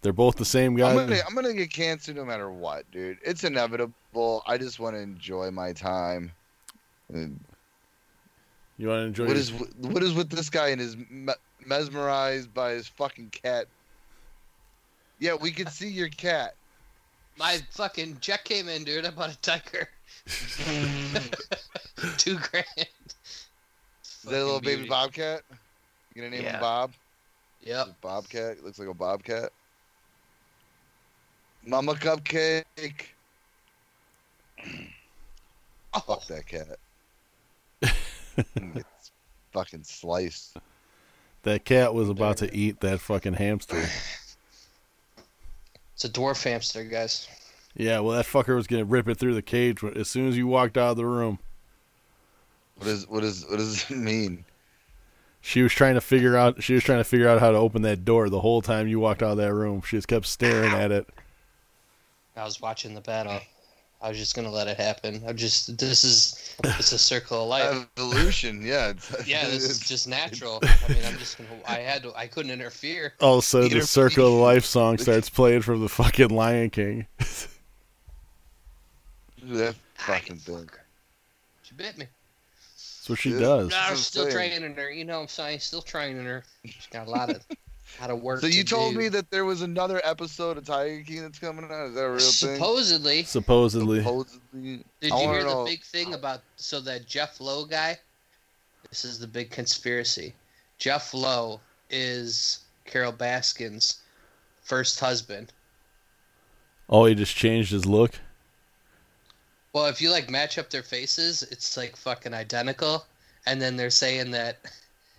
S1: they're both the same guy.
S3: I'm gonna, I'm gonna get cancer no matter what, dude. It's inevitable. I just want to enjoy my time. And
S1: you want to enjoy?
S3: What
S1: your-
S3: is what is with this guy and his me- mesmerized by his fucking cat? Yeah, we can see your cat.
S2: My fucking check came in, dude. I bought a tiger. Two grand.
S3: Is that a little
S2: Fucking
S3: baby
S2: beauty.
S3: bobcat? You gonna name
S2: Yeah. Uh,
S3: him Bob?
S2: Yep.
S3: Is it Bobcat It looks like a bobcat. Mama cupcake. Fuck that cat. it's fucking sliced.
S1: that cat was about to eat that fucking hamster.
S2: It's a dwarf hamster, guys.
S1: Yeah, well, that fucker was gonna rip it through the cage when- as soon as you walked out of the room.
S3: What is what is what does it mean?
S1: She was trying to figure out. She was trying to figure out how to open that door the whole time you walked out of that room. She just kept staring at it.
S2: I was watching the battle. I was just gonna let it happen. I just this is it's a circle of life.
S3: Evolution, yeah. It's,
S2: Yeah, this is
S3: it's-
S2: just natural. I mean, I'm just gonna. I had to. I couldn't interfere.
S1: All of a sudden, the
S3: Peter-
S1: Circle of Life song starts playing from the fucking Lion King.
S3: that fucking thing.
S2: She bit me.
S1: That's what she
S3: Yeah.
S1: does.
S2: No, I'm
S3: I'm
S2: still
S3: saying.
S2: training her. You know, what I'm saying still training her. She's got a lot of how to work.
S3: So you
S2: to
S3: told
S2: do.
S3: me that there was another episode of Tiger King that's coming out. Is that a real
S2: supposedly.
S3: thing?
S1: Supposedly,
S3: Supposedly.
S2: Did
S3: I
S2: you
S3: wanna
S2: hear the
S3: know-
S2: big thing about so that Jeff Lowe guy? This is the big conspiracy. Jeff Lowe is Carol Baskin's first husband.
S1: oh, he just changed his look.
S2: Well, if you like match up their faces, it's like fucking identical. And then they're saying that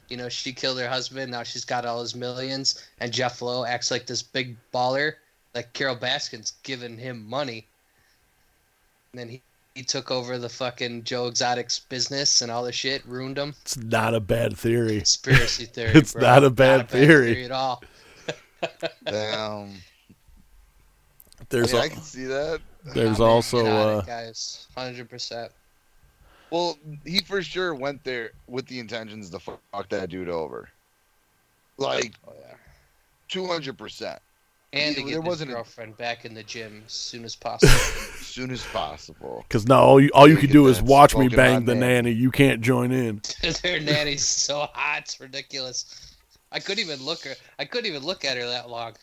S2: You know, she killed her husband. Now she's got all his millions, and Jeff Lowe acts like this big baller, like Carol Baskin's giving him money. And then he, he took over the fucking Joe Exotic's business and all the shit, ruined him.
S1: It's not a bad theory.
S2: Conspiracy theory.
S1: It's
S2: bro.
S1: not a bad theory.
S2: at all.
S3: Damn. I,
S1: There's
S3: mean, I
S1: al-
S3: can see that.
S1: there's
S2: Nah, man,
S1: also
S2: get on it,
S1: uh,
S2: guys, hundred percent.
S3: Well, he for sure went there with the intentions to fuck that dude over. Like
S2: Oh yeah.
S3: two hundred percent,
S2: And to
S3: There
S2: get his
S3: wasn't a-
S2: girlfriend back in the gym as soon as possible.
S3: as soon as possible.
S1: because now all you all you
S3: Look
S1: can
S3: at
S1: do
S3: that,
S1: is watch me
S3: smoking
S1: bang
S3: my
S1: the
S3: man.
S1: nanny. You can't join in.
S2: Their nanny's so hot, it's ridiculous. I couldn't even look her. I couldn't even look at her that long.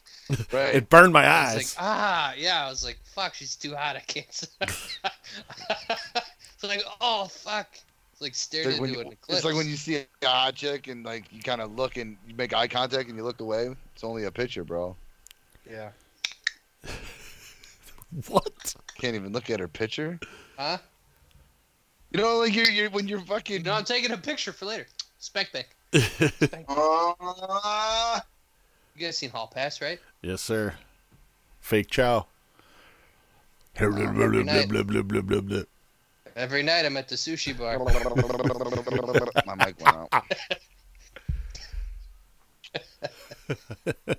S3: Right.
S1: It burned my
S2: I was
S1: eyes.
S2: like, ah, yeah. I was like, fuck, she's too hot. I can't. it's like, oh fuck. It's like stared
S3: It's like,
S2: into
S3: when
S2: an
S3: you,
S2: eclipse.
S3: it's like when you see a hot chick and like you kind of look and you make eye contact and you look away. It's only a picture, bro.
S2: Yeah.
S1: what?
S3: Can't even look at her picture.
S2: Huh?
S3: You know, like you're, you're when you're
S2: You
S3: fucking.
S2: know, I'm taking a picture for later. Spec back.
S3: Ah!
S2: You guys seen Hall Pass, right?
S1: Yes, sir. Fake chow.
S2: every
S1: Blah, blah,
S2: night.
S1: blah, blah, blah, blah, blah.
S2: Every night I'm at the sushi bar.
S3: My mic went out.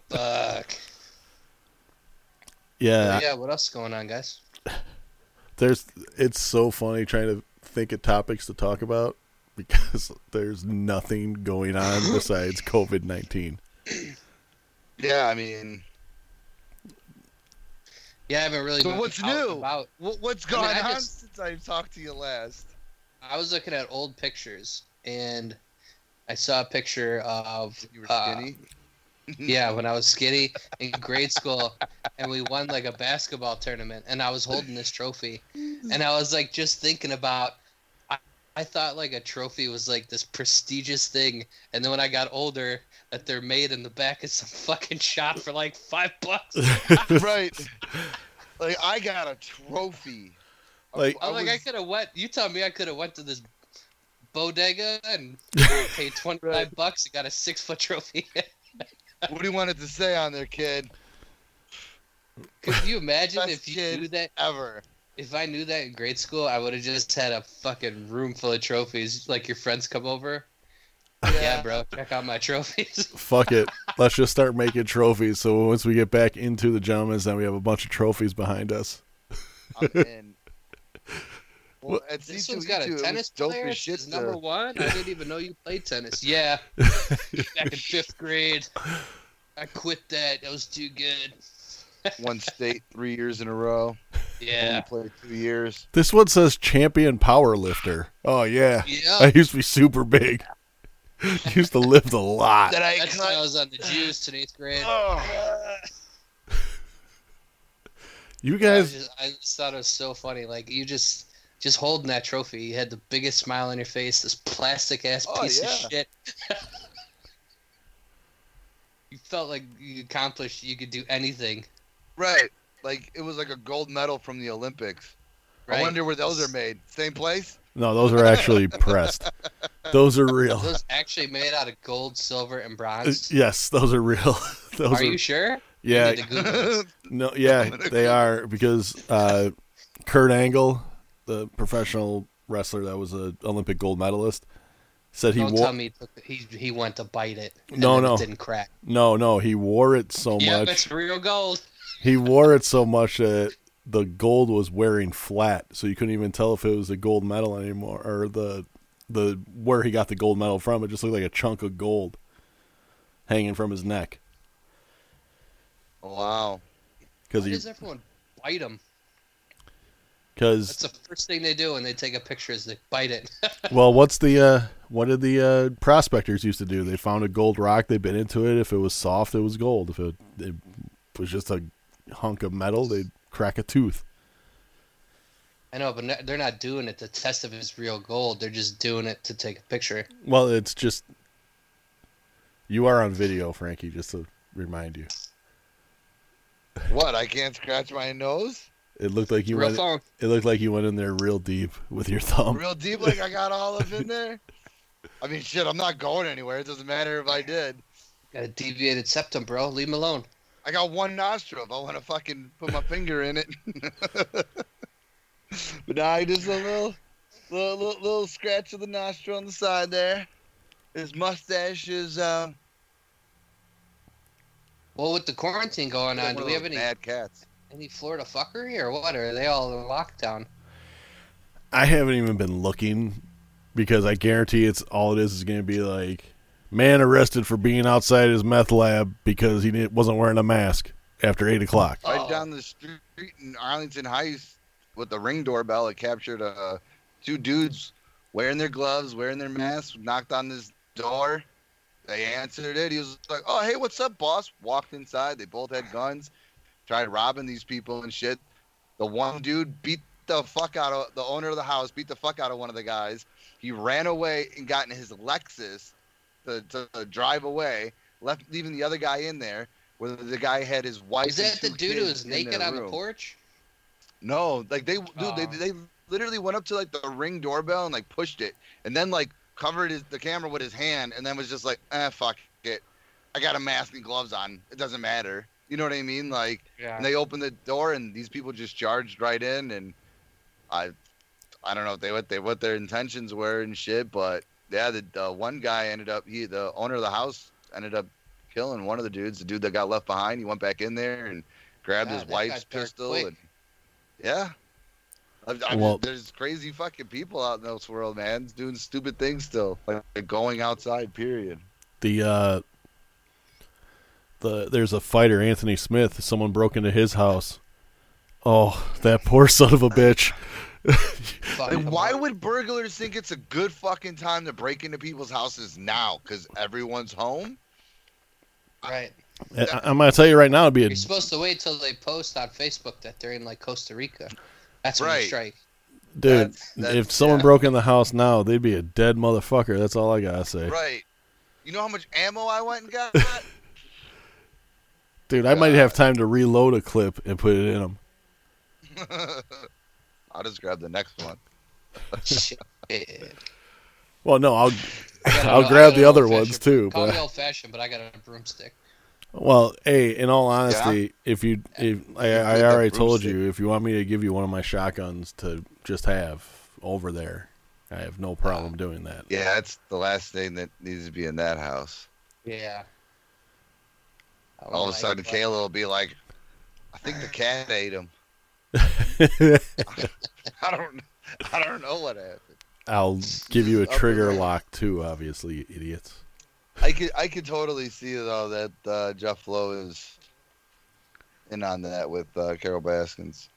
S2: fuck.
S1: Yeah,
S2: yeah. What else is going on, guys?
S1: there's it's so funny trying to think of topics to talk about because there's nothing going on besides COVID nineteen.
S3: Yeah, I mean,
S2: Yeah, I haven't really.
S5: So
S2: been
S5: what's
S2: out
S5: new?
S2: and About.
S5: What, what's
S2: I mean,
S5: gone
S2: I
S5: on
S2: just-
S5: since I talked to you last?
S2: I was looking at old pictures and I saw a picture of
S3: you were
S2: uh,
S3: skinny.
S2: yeah, when I was skinny in grade school, and we won like a basketball tournament, and I was holding this trophy, and I was like just thinking about. I, I thought like a trophy was like this prestigious thing, and then when I got older, that they're made in the back of some fucking shop for like five bucks.
S3: right. Like I got a trophy.
S1: Like-
S2: I'm like, I
S3: was-
S2: could have went. You tell me I could have went to this bodega and paid twenty five
S3: Right.
S2: bucks and got a six foot trophy.
S3: what do you want it to say on there, kid?
S2: Could you imagine
S3: Best
S2: if you
S3: kid.
S2: knew that?
S3: Ever.
S2: If I knew that in grade school, I would have just had a fucking room full of trophies. Like your friends come over. Yeah, bro, check out my trophies.
S1: Fuck it. Let's just start making trophies. So once we get back into the gentlemen's, then we have a bunch of trophies behind us.
S3: I'm in. Well,
S1: What-
S3: at
S2: this
S3: C2E2,
S2: one's got
S3: it
S2: a
S3: was
S2: tennis
S3: dope
S2: player.
S3: as
S2: This
S3: shit.
S2: is
S3: to-
S2: number one. I didn't even know you played tennis. Yeah, back in fifth grade, I quit that. That was too good.
S3: one state three years in a row.
S2: Yeah,
S3: Only played two years.
S1: This one says champion power lifter. Oh yeah.
S2: yeah.
S1: I used to be super big. used to lift a lot.
S3: That I
S2: Ah,
S3: Oh.
S2: That's when I was on the juice in eighth grade.
S1: You
S2: I, was
S1: guys
S2: just, I just thought it was so funny. Like you just just holding that trophy, you had the biggest smile on your face. This plastic ass
S3: Oh,
S2: piece
S3: yeah.
S2: of shit. you felt like you accomplished. You could do anything.
S3: Right. Like it was like a gold medal from the Olympics.
S2: Right?
S3: I wonder where those are made. Same place?
S1: No, those are actually pressed. Those are real. Uh,
S2: Are those actually made out of gold, silver, and bronze.
S1: Yes, those are real. Those
S2: Are
S1: are
S2: you sure? You
S1: yeah,
S2: need to Google this.
S1: No, yeah, they are because uh, Kurt Angle, the professional wrestler that was an Olympic gold medalist, said he
S2: Don't
S1: wore
S2: tell me he took- he he went to bite it. and
S1: No,
S2: then
S1: no.
S2: it didn't crack.
S1: no, no, he wore it so
S2: yeah,
S1: much.
S2: it's real gold.
S1: He wore it so much that the gold was wearing flat, so you couldn't even tell if it was a gold medal anymore or the the where he got the gold medal from. It just looked like a chunk of gold hanging from his neck
S3: Wow.
S2: Why
S1: because he
S2: does everyone bite them?
S1: because
S2: That's the first thing they do when they take a picture is they bite it.
S1: Well, what's the uh, what did the uh, prospectors used to do? They found a gold rock. They bit into it. If it was soft, it was gold. If it, it was just a hunk of metal, they'd crack a tooth.
S2: I know, but no- they're not doing it to test if it's real gold. They're just doing it to take a picture.
S1: Well, it's just you are on video, Frankie. Just to remind you,
S3: What? I can't scratch my nose?
S1: it looked like you
S2: real
S1: went.
S2: phone. Um.
S1: It looked like you went in there real deep with your thumb.
S3: Real deep like I got all up in there? I mean, shit, I'm not going anywhere. It doesn't matter if I did.
S2: Got a uh, deviated septum, bro. Leave him alone.
S3: I got one nostril. If I want to fucking put my finger in it. but nah, I just a little, little, little, little scratch of the nostril on the side there. His mustache is. Uh,
S2: Well, with the quarantine going on, Oh, do we have any
S3: mad cats?
S2: any Florida fuckery or what? Or are they all in lockdown?
S1: I haven't even been looking because I guarantee it's all it is is going to be like man arrested for being outside his meth lab because he didn't, wasn't wearing a mask after eight o'clock.
S3: Right
S2: Oh.
S3: down the street in Arlington Heights with the ring doorbell, it captured uh, two dudes wearing their gloves, wearing their masks, knocked on this door. They answered it. He was like, oh, hey, what's up, boss? Walked inside. They both had guns, tried robbing these people and shit. The one dude beat the fuck out of the owner of the house, beat the fuck out of one of the guys. He ran away and got in his Lexus to, to, to drive away, left leaving the other guy in there. Where the guy had his wife.
S2: Is that the
S3: and two
S2: dude who
S3: kids
S2: was
S3: in
S2: naked
S3: their
S2: on the
S3: room.
S2: porch?
S3: No, like they dude, they
S2: Oh.
S3: they literally went up to like the ring doorbell and like pushed it, and then like covered his, the camera with his hand, and then was just like, ah, fuck it, I got a mask and gloves on. It doesn't matter. You know what I mean? Like,
S2: Yeah.
S3: and they opened the door, and these people just charged right in, and I, I don't know if they what they what their intentions were and shit, but yeah, the uh, one guy ended up he the owner of the house ended up killing one of the dudes. The dude that got left behind, he went back in there and grabbed
S2: Yeah,
S3: his
S2: that
S3: wife's
S2: got dark
S3: pistol,
S2: quick.
S3: and yeah. I, I,
S1: Well-
S3: there's crazy fucking people out in this world, man, doing stupid things still, like going outside. Period.
S1: the uh the there's a fighter Anthony Smith someone broke into his house oh that poor son of a bitch
S2: Fuck
S3: And
S2: him.
S3: why would burglars think it's a good fucking time to break into people's houses now? Because everyone's home.
S2: Right.
S1: I, am gonna tell you right now it'd be a,
S2: You're supposed to wait till they post on Facebook that they're in like Costa Rica. That's when
S3: Right.
S2: you strike.
S1: dude
S3: That's- that's-
S1: if someone
S3: yeah.
S1: broke in the house now they'd be a dead motherfucker that's all I gotta say
S3: Right. You know how much ammo I went and got?
S1: dude I
S2: Uh,
S1: might have time to reload a clip and put it in him
S3: I'll just grab the next one.
S2: Shit.
S1: well no I'll
S2: I got an-
S1: I'll
S2: I
S1: grab
S2: got an
S1: the other
S2: old-fashioned-
S1: ones too
S2: Call me
S1: but
S2: old fashioned, but I got a broomstick.
S1: well hey in all honesty if you if I, I
S3: Like a
S1: already told
S3: broomstick.
S1: you if you want me to give you one of my shotguns to just have over there I have no
S2: Uh,
S1: problem doing that
S3: Yeah, that's the last thing that needs to be in that house.
S2: Yeah. I would
S3: All of a
S2: like
S3: sudden,
S2: that.
S3: Kayla will be like, "I think the cat ate him." I don't. I don't know what happened.
S1: I'll give you a
S3: Up
S1: trigger
S3: and-
S1: lock too, obviously, you idiots.
S3: I could. I could totally see though that uh, Jeff Lowe is in on that with uh, Carol Baskins.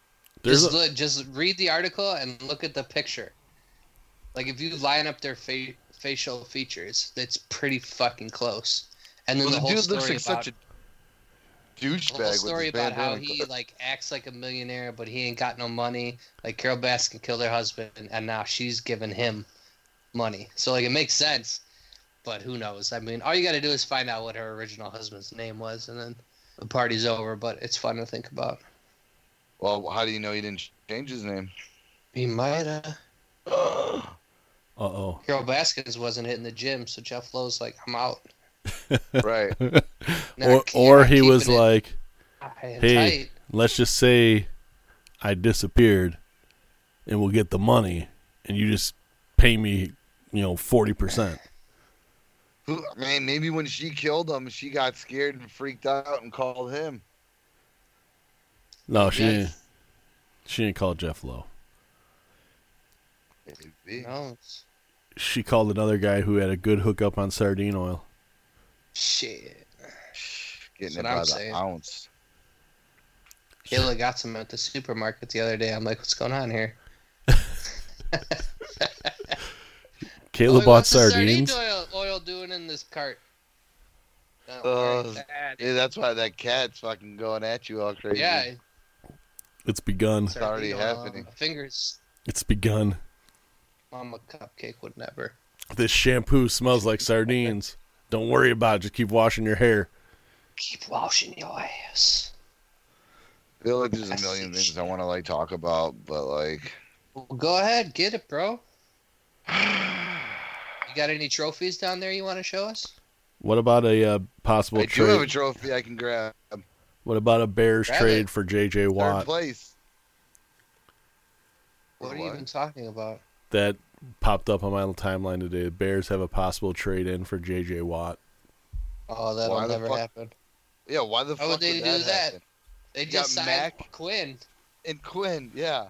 S1: There's
S2: Just,
S1: a,
S2: look, just read the article and look at the picture. Like if you line up their fa- facial features, that's pretty fucking close. And then
S3: Well,
S2: the, whole
S3: dude
S2: story
S3: looks like
S2: about,
S3: such a
S2: the
S3: douchebag.
S2: whole
S3: with
S2: story
S3: his
S2: about how
S3: bandana.
S2: he like acts like a millionaire, but he ain't got no money. Like Carol Baskin killed her husband, and now she's giving him money. So like it makes sense, but who knows? I mean, all you got to do is find out what her original husband's name was, and then the party's over. But it's fun to think about.
S3: Well, how do you know he didn't change his name?
S2: He might have.
S1: uh oh.
S2: Carol Baskins wasn't hitting the gym, so Jeff Lowe's like, I'm out.
S3: right.
S2: Nah,
S1: Or
S2: keep-
S1: or
S2: I'm
S1: he was
S2: keeping it
S1: like,
S2: high and
S1: hey,
S2: tight.
S1: let's just say I disappeared, and we'll get the money, and you just pay me, you know, forty percent.
S3: Who, man, maybe when she killed him, she got scared and freaked out and called him.
S1: No, she
S2: Yeah.
S1: didn't, she didn't call Jeff Lowe.
S3: Maybe.
S2: No, it's-
S1: She called another guy who had a good hookup on sardine oil.
S2: shit. That's
S3: Getting it
S2: what
S3: by
S2: I'm
S3: the
S2: saying.
S3: ounce.
S2: Kayla got some at the supermarket the other day. I'm like, what's going on here?
S1: Kayla
S2: Oh,
S1: bought
S2: what's the
S1: sardines.
S2: Sardine oil, oil doing in this cart. No,
S3: Uh,
S2: where's that?
S3: Yeah, that's why that cat's fucking going at you all crazy.
S2: yeah,
S1: It's begun.
S2: sardine
S3: already
S2: oil.
S3: happening.
S2: Fingers,
S1: It's begun.
S2: mama cupcake would never.
S1: This shampoo smells like sardines. Don't worry about it. Just keep washing your hair.
S2: Keep washing your ass.
S3: I feel like there's a million things I want to like talk about, but like,
S2: Well, go ahead, get it, bro. You got any trophies down there you want to show us?
S1: What about a uh, possible
S3: I do
S1: trade?
S3: have a trophy I can grab.
S1: what about a Bears
S2: Grab
S1: trade
S2: it.
S1: for J.J.
S3: Third
S1: Watt?
S3: place.
S2: What are you
S3: What?
S2: even talking about?
S1: That popped up on my timeline today. The Bears have a possible trade in for J.J. Watt.
S2: Oh, that'll
S3: Why the
S2: never
S3: fuck-
S2: happen.
S3: Yeah, why the
S2: How
S3: fuck
S2: would they do that?
S3: happen?
S2: They
S3: You
S2: just
S3: got
S2: signed
S3: Mac?
S2: Quinn.
S3: And Quinn, yeah.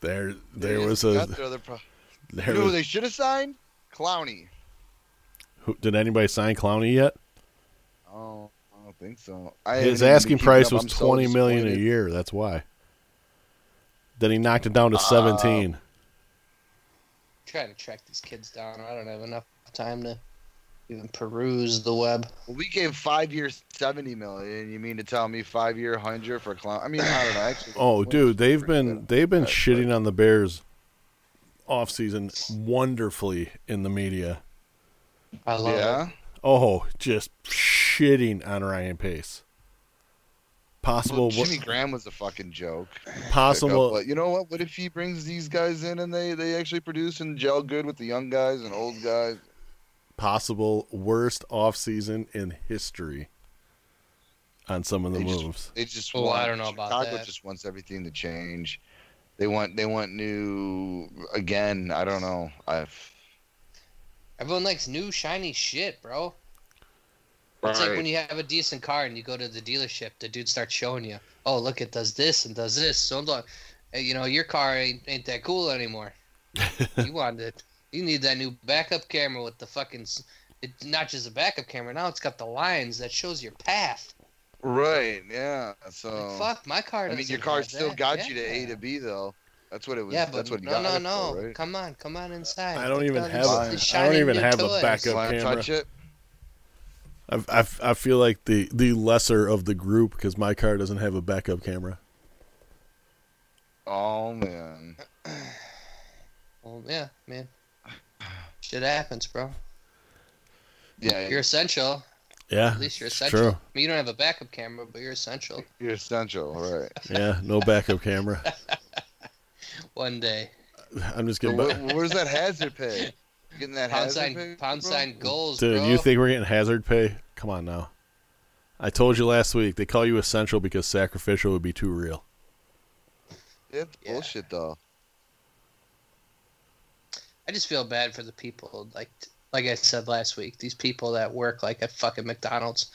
S1: There,
S3: They
S1: there
S3: just
S1: was
S3: got
S1: a.
S3: their other pro-
S1: There
S3: You know who
S1: was,
S3: they should have signed? Clowney.
S1: who, did anybody sign Clowney yet?
S3: Oh, I don't think so. I haven't
S1: His
S3: even been
S1: asking
S3: keeping
S1: price
S3: up.
S1: was
S3: I'm so
S1: twenty million a
S3: disappointed.
S1: year. That's why. Then he knocked it
S3: Uh,
S1: down to seventeen.
S2: trying to track these kids down. I don't have enough time to even peruse the web.
S3: We gave five years seventy million. You mean to tell me five year hundred for clown? I mean, I don't know. Actually,
S1: Oh, dude, they've
S3: Yeah.
S1: been they've been
S3: That's
S1: shitting on the Bears offseason wonderfully in the media.
S2: I love
S3: Yeah,
S2: it.
S1: Oh, just shitting on Ryan Pace.
S3: well,
S1: Possible
S3: Jimmy Graham was a fucking joke.
S1: possible
S3: But you know what? What if he brings these guys in and they they actually produce and gel good with the young guys and old guys?
S1: possible worst offseason in history on some of the
S3: They just-
S1: moves.
S3: They just
S2: Well,
S3: want,
S2: Oh, I don't know about
S3: Chicago
S2: that.
S3: just wants everything to change. They want they want new again. I don't know. I've
S2: Everyone likes new shiny shit, bro. It's like when you have a decent car and you go to the dealership, the dude starts showing you, "Oh, look, it does this and does this." So look, hey, you know your car ain't, ain't that cool anymore. you wanted it. You need that new backup camera with the fucking. s- It's not just a backup camera. Now it's got the lines that shows your path.
S3: right. Yeah. So
S2: Like, fuck, my car.
S3: Oh. I mean,
S2: doesn't
S3: your car
S2: have
S3: still
S2: that.
S3: got you to
S2: Yeah.
S3: A to B though. That's what it was.
S2: Yeah, but
S3: that's what it
S2: no,
S3: got
S2: no,
S3: it
S2: no.
S3: For, right?
S2: Come on, come on inside.
S1: I don't
S2: Look
S1: even
S2: at
S1: have
S2: all these
S3: a-
S1: I don't
S2: shiny
S1: even
S2: new
S1: have a
S2: toys.
S1: backup.
S3: Wanna
S1: camera.
S3: touch it?
S1: I, I, I feel like the, the lesser of the group because my car doesn't have a backup camera.
S3: Oh man.
S2: Well, yeah, man. Shit happens, bro.
S3: Yeah,
S2: You're
S3: you're,
S2: essential.
S1: Yeah,
S2: At least you're
S1: it's
S2: essential.
S1: True.
S2: I mean, you don't have a backup camera, but you're essential.
S3: you're essential, right?
S1: Yeah, no backup camera.
S2: One day,
S1: I'm just
S3: So
S1: getting.
S3: where, where's that hazard pay? You Getting that
S2: pound
S3: hazard
S2: sign,
S3: pay?
S2: pound
S3: bro?
S2: sign goals,
S1: Dude,
S2: bro.
S1: you think we're getting hazard pay? Come on now. I told you last week they call you essential because sacrificial would be too real.
S3: That's
S2: Yeah.
S3: bullshit, though.
S1: Oh,
S2: I just feel bad for the people. Like, like I said last week, these people that work like at fucking McDonald's,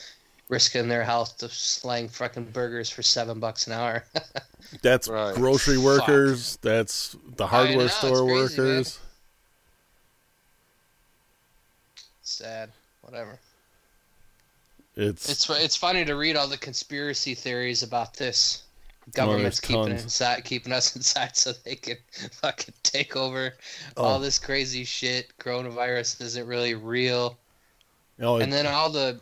S2: risking their health to slang fucking burgers for seven bucks an hour.
S1: That's
S3: Right.
S1: grocery workers. That's the
S2: know,
S1: hardware
S2: it's
S1: store
S2: crazy, man.
S1: workers.
S2: Sad. Whatever.
S1: It's,
S2: It's fu- it's funny to read all the conspiracy theories about this.
S1: there's
S2: Government's keeping it
S1: tons.
S2: inside, keeping us inside, so they can fucking take over all
S1: oh,
S2: this crazy shit. Coronavirus isn't really real,
S1: oh,
S2: and then all the,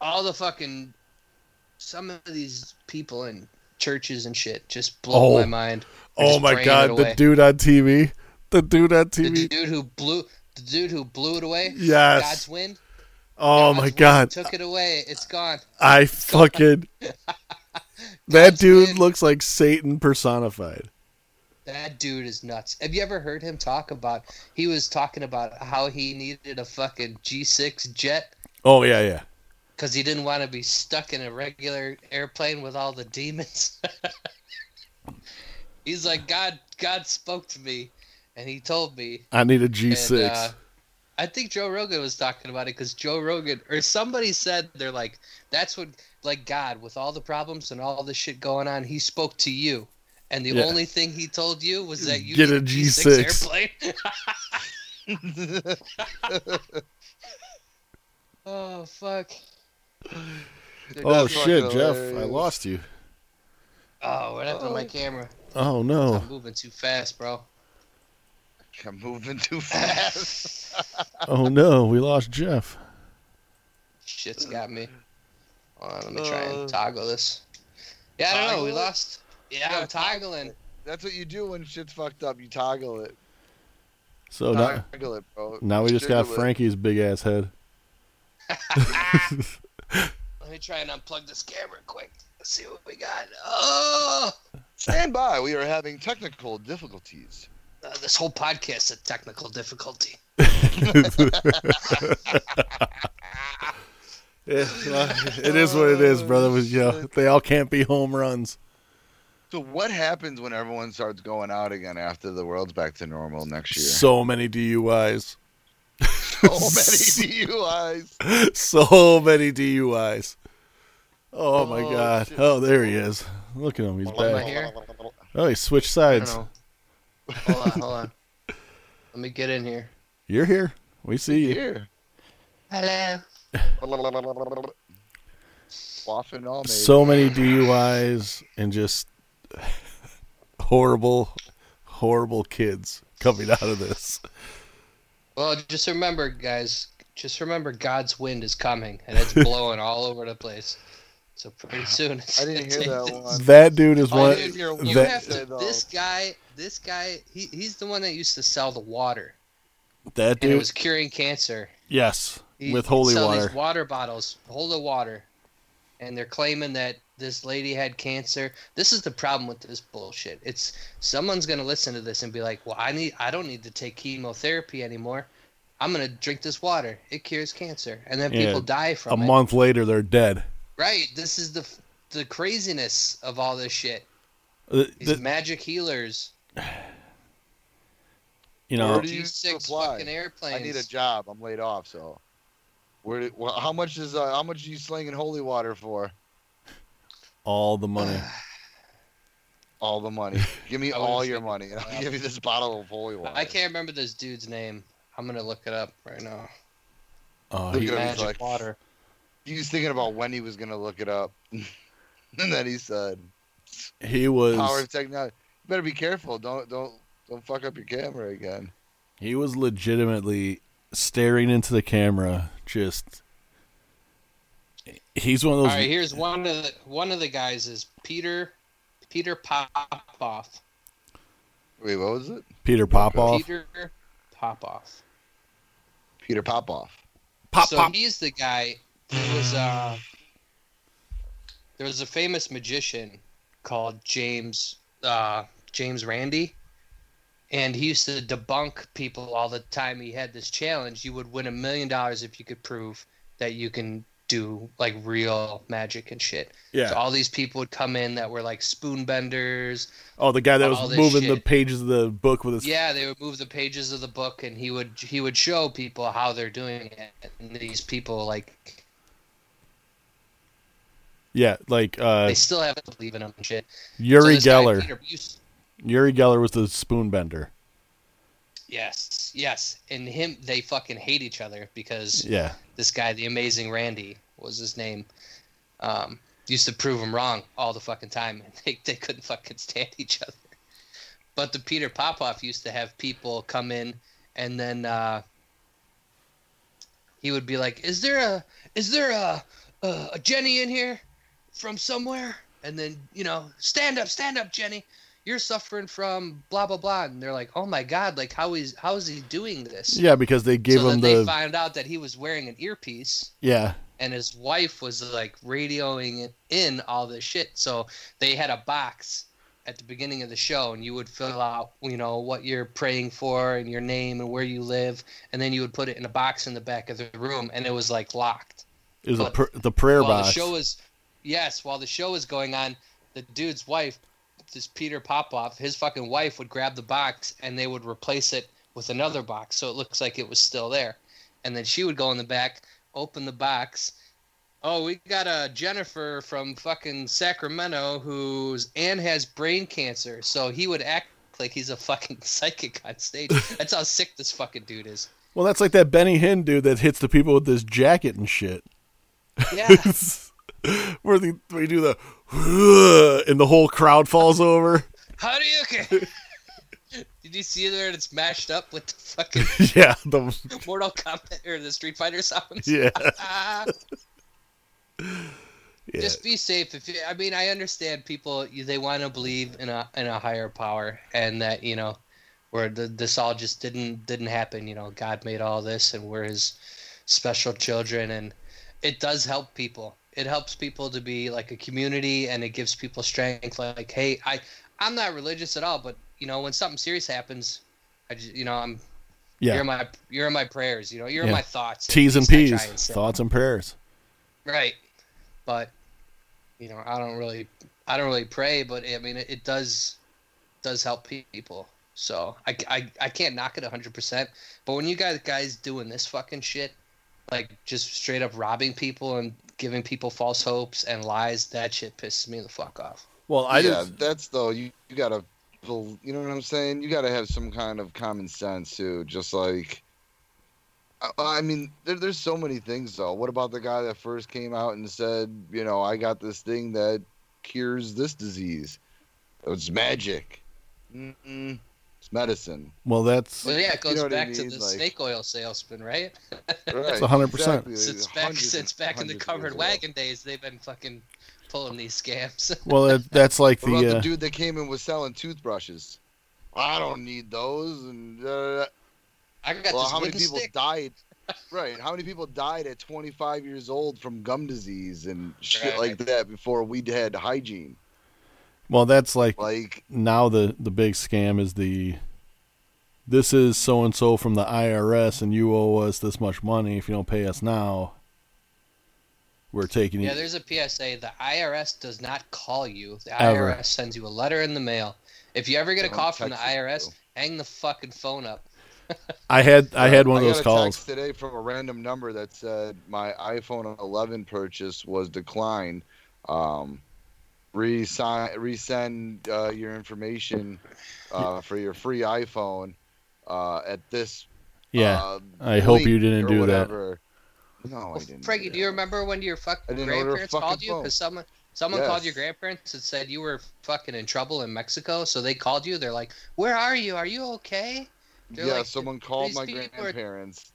S2: all the fucking, some of these people in churches and shit just blow
S1: Oh.
S2: my mind. They're
S1: oh
S2: just
S1: my
S2: praying it
S1: god, the
S2: away.
S1: dude on TV, the dude on
S2: The
S1: TV.
S2: dude who blew, the dude who blew it away. God's
S1: yes.
S2: wind.
S1: Oh
S2: God's
S1: my
S2: wind
S1: god,
S2: Took it away. It's gone.
S1: I fucking. that dude
S2: wind.
S1: looks like Satan personified.
S2: That dude is nuts. Have you ever heard him talk about? He was talking about how he needed a fucking G6 jet
S1: Oh yeah, yeah.
S2: because he didn't want to be stuck in a regular airplane with all the demons. He's like, God, God spoke to me, and He told me.
S1: I need a
S2: and,
S1: G6.
S2: uh, I think Joe Rogan was talking about it because Joe Rogan or somebody said they're like, that's what like God with all the problems and all the shit going on, He spoke to you. And the
S1: Yeah.
S2: only thing he told you was that you
S1: Get
S2: need
S1: a G6.
S2: airplane. Oh fuck!
S1: oh
S3: That's
S1: shit,
S3: fucking
S1: Jeff, I
S3: hilarious.
S1: lost you.
S2: Oh, what happened to my camera?
S1: Oh no.
S2: I'm moving too fast, bro.
S3: I'm moving too fast.
S1: Oh no, we lost Jeff.
S2: Shit's got me. Hold on, let me try
S3: Uh,
S2: and toggle this. Yeah, I don't know. We
S3: Toggle it?
S2: lost. Yeah,
S3: Yeah,
S2: I'm toggling.
S3: That's what you do when shit's fucked up. You toggle it.
S1: So Oh, now,
S3: toggle it, bro.
S1: now we just got
S3: Jiggle it.
S1: Frankie's big ass head.
S2: Let me try and unplug this camera quick. Let's see what we got. Oh,
S3: Stand by. We are having technical difficulties.
S2: Uh, this whole podcast is a technical difficulty.
S1: it is what it is, brother. Was you know, they all can't be home runs.
S3: So what happens when everyone starts going out again after the world's back to normal next year?
S1: So many DUIs.
S3: So many DUIs.
S1: So many DUIs. Oh, my
S3: Oh,
S1: god.
S3: shit.
S1: Oh, there he is. Look at him. He's
S2: Am I
S1: back.
S2: here?
S1: Oh, he switched
S2: I
S1: sides.
S2: don't know. Hold on, hold on. Let me get in here.
S1: You're here. We see you.
S3: Here.
S2: Hello.
S3: Waffing all made.
S1: So many DUIs and just horrible, horrible kids coming out of this.
S2: Well, just remember, guys. Just remember, God's wind is coming, and it's blowing all over the place. So pretty soon, it's Oh,
S3: I didn't hear that one.
S1: That dude is
S3: I
S1: one.
S3: didn't hear
S2: You
S3: That-
S2: have to.
S3: Though.
S2: This guy, this guy, he, he's the one that used to sell the water,
S1: That
S2: and it
S1: dude.
S2: was curing cancer.
S1: Yes,
S2: He-
S1: with
S2: he'd
S1: holy
S2: sell
S1: water.
S2: These water bottles, hold of water, and they're claiming that this lady had cancer. This is the problem with this bullshit. It's someone's gonna listen to this and be like, "Well, I need, I don't need to take chemotherapy anymore. I'm gonna drink this water. It cures cancer." And then
S1: Yeah,
S2: people die
S1: A
S2: from it.
S1: month later, they're dead.
S2: Right? This is the f- the craziness of all this shit.
S1: Uh,
S2: These
S1: th-
S2: magic healers,
S1: you
S3: Where
S1: know,
S3: do you
S2: six
S3: apply?
S2: fucking
S3: I
S2: airplanes.
S3: need a job. I'm laid off, so. Where? do- Well, how much is? Uh, how much are you slinging holy water for?
S1: all the money.
S3: All the money. Give me
S2: I was
S3: all
S2: just
S3: your
S2: thinking
S3: money, and I'll
S2: that.
S3: give you this bottle of holy water.
S2: I can't remember this dude's name. I'm gonna look it up right now.
S1: Oh,
S3: Look
S1: he-
S3: at him, he's
S2: Magic
S3: like-
S2: water.
S3: He was thinking about when he was gonna look it up, and then he said,
S1: he was.
S3: "Power of technology. You better be careful. Don't don't don't fuck up your camera again."
S1: He was legitimately staring into the camera, just. He's one of
S2: All
S1: those.
S2: right, here's one of the one of the guys is Peter Peter Popoff.
S3: Wait, what was it?
S1: Peter Popoff.
S2: Peter Popoff.
S3: Peter Popoff.
S1: Pop,
S2: so
S1: pop.
S2: he's the guy who was uh there was a famous magician called James uh James Randy and he used to debunk people all the time he had this challenge you would win a million dollars if you could prove that you can do like real magic and shit. So
S1: Yeah.
S2: all these people would come in that were like spoon benders
S1: Oh, the guy that
S2: all
S1: was
S2: this
S1: moving the
S2: shit.
S1: pages of the book with his.
S2: Yeah, they would move the pages of the book, and he would he would show people how they're doing it. And these people, like,
S1: Yeah, like uh,
S2: they still have to believe in him and shit.
S1: Yuri
S2: So this guy,
S1: Geller.
S2: Peter Buse-
S1: Yuri Geller was the spoon bender.
S2: yes, yes, and him they fucking hate each other because
S1: Yeah.
S2: this guy, the amazing Randy, was his name. Um, used to prove him wrong all the fucking time, and they they couldn't fucking stand each other. But the Peter Popoff used to have people come in, and then uh, he would be like, "Is there a is there a a, a Jenny in here from somewhere?" And then you know, stand up, stand up, Jenny. You're suffering from blah blah blah, and they're like, "Oh my god! Like how is how is he doing this?"
S1: Yeah, because they gave
S2: so
S1: him
S2: then they
S1: the.
S2: found out that he was wearing an earpiece
S1: yeah.
S2: and his wife was like radioing it in all this shit so they had a box at the beginning of the show and you would fill out you know what you're praying for and your name and where you live and then you would put it in a box in the back of the room and it was like locked
S1: It was a
S2: But
S1: pr- the prayer
S2: while
S1: box.
S2: the show is yes while the show is going on the dude's wife this peter popoff his fucking wife would grab the box and they would replace it with another box so it looks like it was still there and then she would go in the back open the box oh we got a jennifer from fucking sacramento who's and has brain cancer so he would act like he's a fucking psychic on stage that's how sick this fucking dude is
S1: well, that's like that Benny Hinn dude that hits the people with this jacket and shit.
S2: yeah
S1: Where they, they do the and the whole crowd falls over.
S2: How do you okay? Did you see there? It's mashed up with the fucking
S1: yeah, the
S2: Mortal Kombat or the Street Fighter sounds.
S1: yeah,
S2: Ah,
S1: yeah.
S2: Just be safe. If you, I mean, I understand people you- they want to believe in a in a higher power, and that you know, where the, this all just didn't didn't happen. You know, God made all this, and we're His special children, and it does help people. It helps people to be like a community, and it gives people strength. Like, hey, I I'm not religious at all, but you know, when something serious happens, I just, you know, I'm You're
S1: Yeah.
S2: in my you're in my prayers. You know, you're in
S1: Yeah.
S2: my thoughts. at
S1: T's and
S2: least I try
S1: P's.
S2: and say.
S1: Thoughts and prayers.
S2: Right. But you know, I don't really I don't really pray, but I mean it, it does does help pe- people. So I, I, I can't knock it 100%. But when you guys guys doing this fucking shit, like just straight up robbing people and giving people false hopes and lies, that shit pisses me the fuck off.
S1: Well, I
S3: yeah,
S1: just
S3: that's though you, you gotta, bel- you know what I'm saying? You gotta have some kind of common sense too. Just like, I, I mean, there, there's so many things though. What about the guy that first came out and said, you know, I got this thing that cures this disease? It's magic. Mm-mm. It's medicine.
S1: well, that's
S2: But yeah, it goes
S3: know what I
S2: back to
S3: mean?
S2: the
S3: Like-
S2: snake oil salesman, right?
S3: Right,
S1: It's 100%.
S3: exactly.
S2: Since back
S3: Hundreds
S2: since
S3: and
S2: back in the
S3: hundreds of years
S2: covered
S3: ago.
S2: wagon days, they've been fucking pulling these scams.
S1: well, that, that's like
S3: What about
S1: the
S3: the
S1: uh,
S3: dude that came in was selling toothbrushes? I don't need those. And uh,
S2: I got
S3: well,
S2: this
S3: how many
S2: wooden
S3: people
S2: stick.
S3: died? Right. How many people died at 25 years old from gum disease and shit
S2: Right.
S3: like that before we had hygiene?
S1: well, that's like
S3: Like,
S1: now the the big scam is the this is so and so from the IRS and you owe us this much money if you don't pay us now we're taking
S2: Yeah,
S1: you
S2: there's a PSA. The IRS does not call you. The
S1: Ever.
S2: IRS sends you a letter in the mail. If you ever get a
S3: Don't
S2: call from the
S3: text it,
S2: IRS,
S3: though.
S2: hang the fucking phone up.
S1: I had I had one of
S3: I
S1: those
S3: got a
S1: calls
S3: text today from a random number that said my iPhone 11 purchase was declined. Um, resign, resend uh, your information uh, for your free iPhone uh, at this.
S1: yeah
S3: uh,
S1: I hope you
S3: link
S1: didn't
S3: or
S1: do that.
S3: whatever. No, I
S2: Well,
S3: didn't.
S2: Frankie, do you
S3: that.
S2: remember when your
S3: I
S2: fucking
S3: didn't order a
S2: grandparents
S3: fucking
S2: called you?
S3: phone.
S2: Because someone, someone
S3: Yes.
S2: called your grandparents and said you were fucking in trouble in Mexico. So they called you. They're like, "Where are you? Are you okay?" They're
S3: yeah,
S2: like,
S3: someone called
S2: "These
S3: my
S2: people are-
S3: grandparents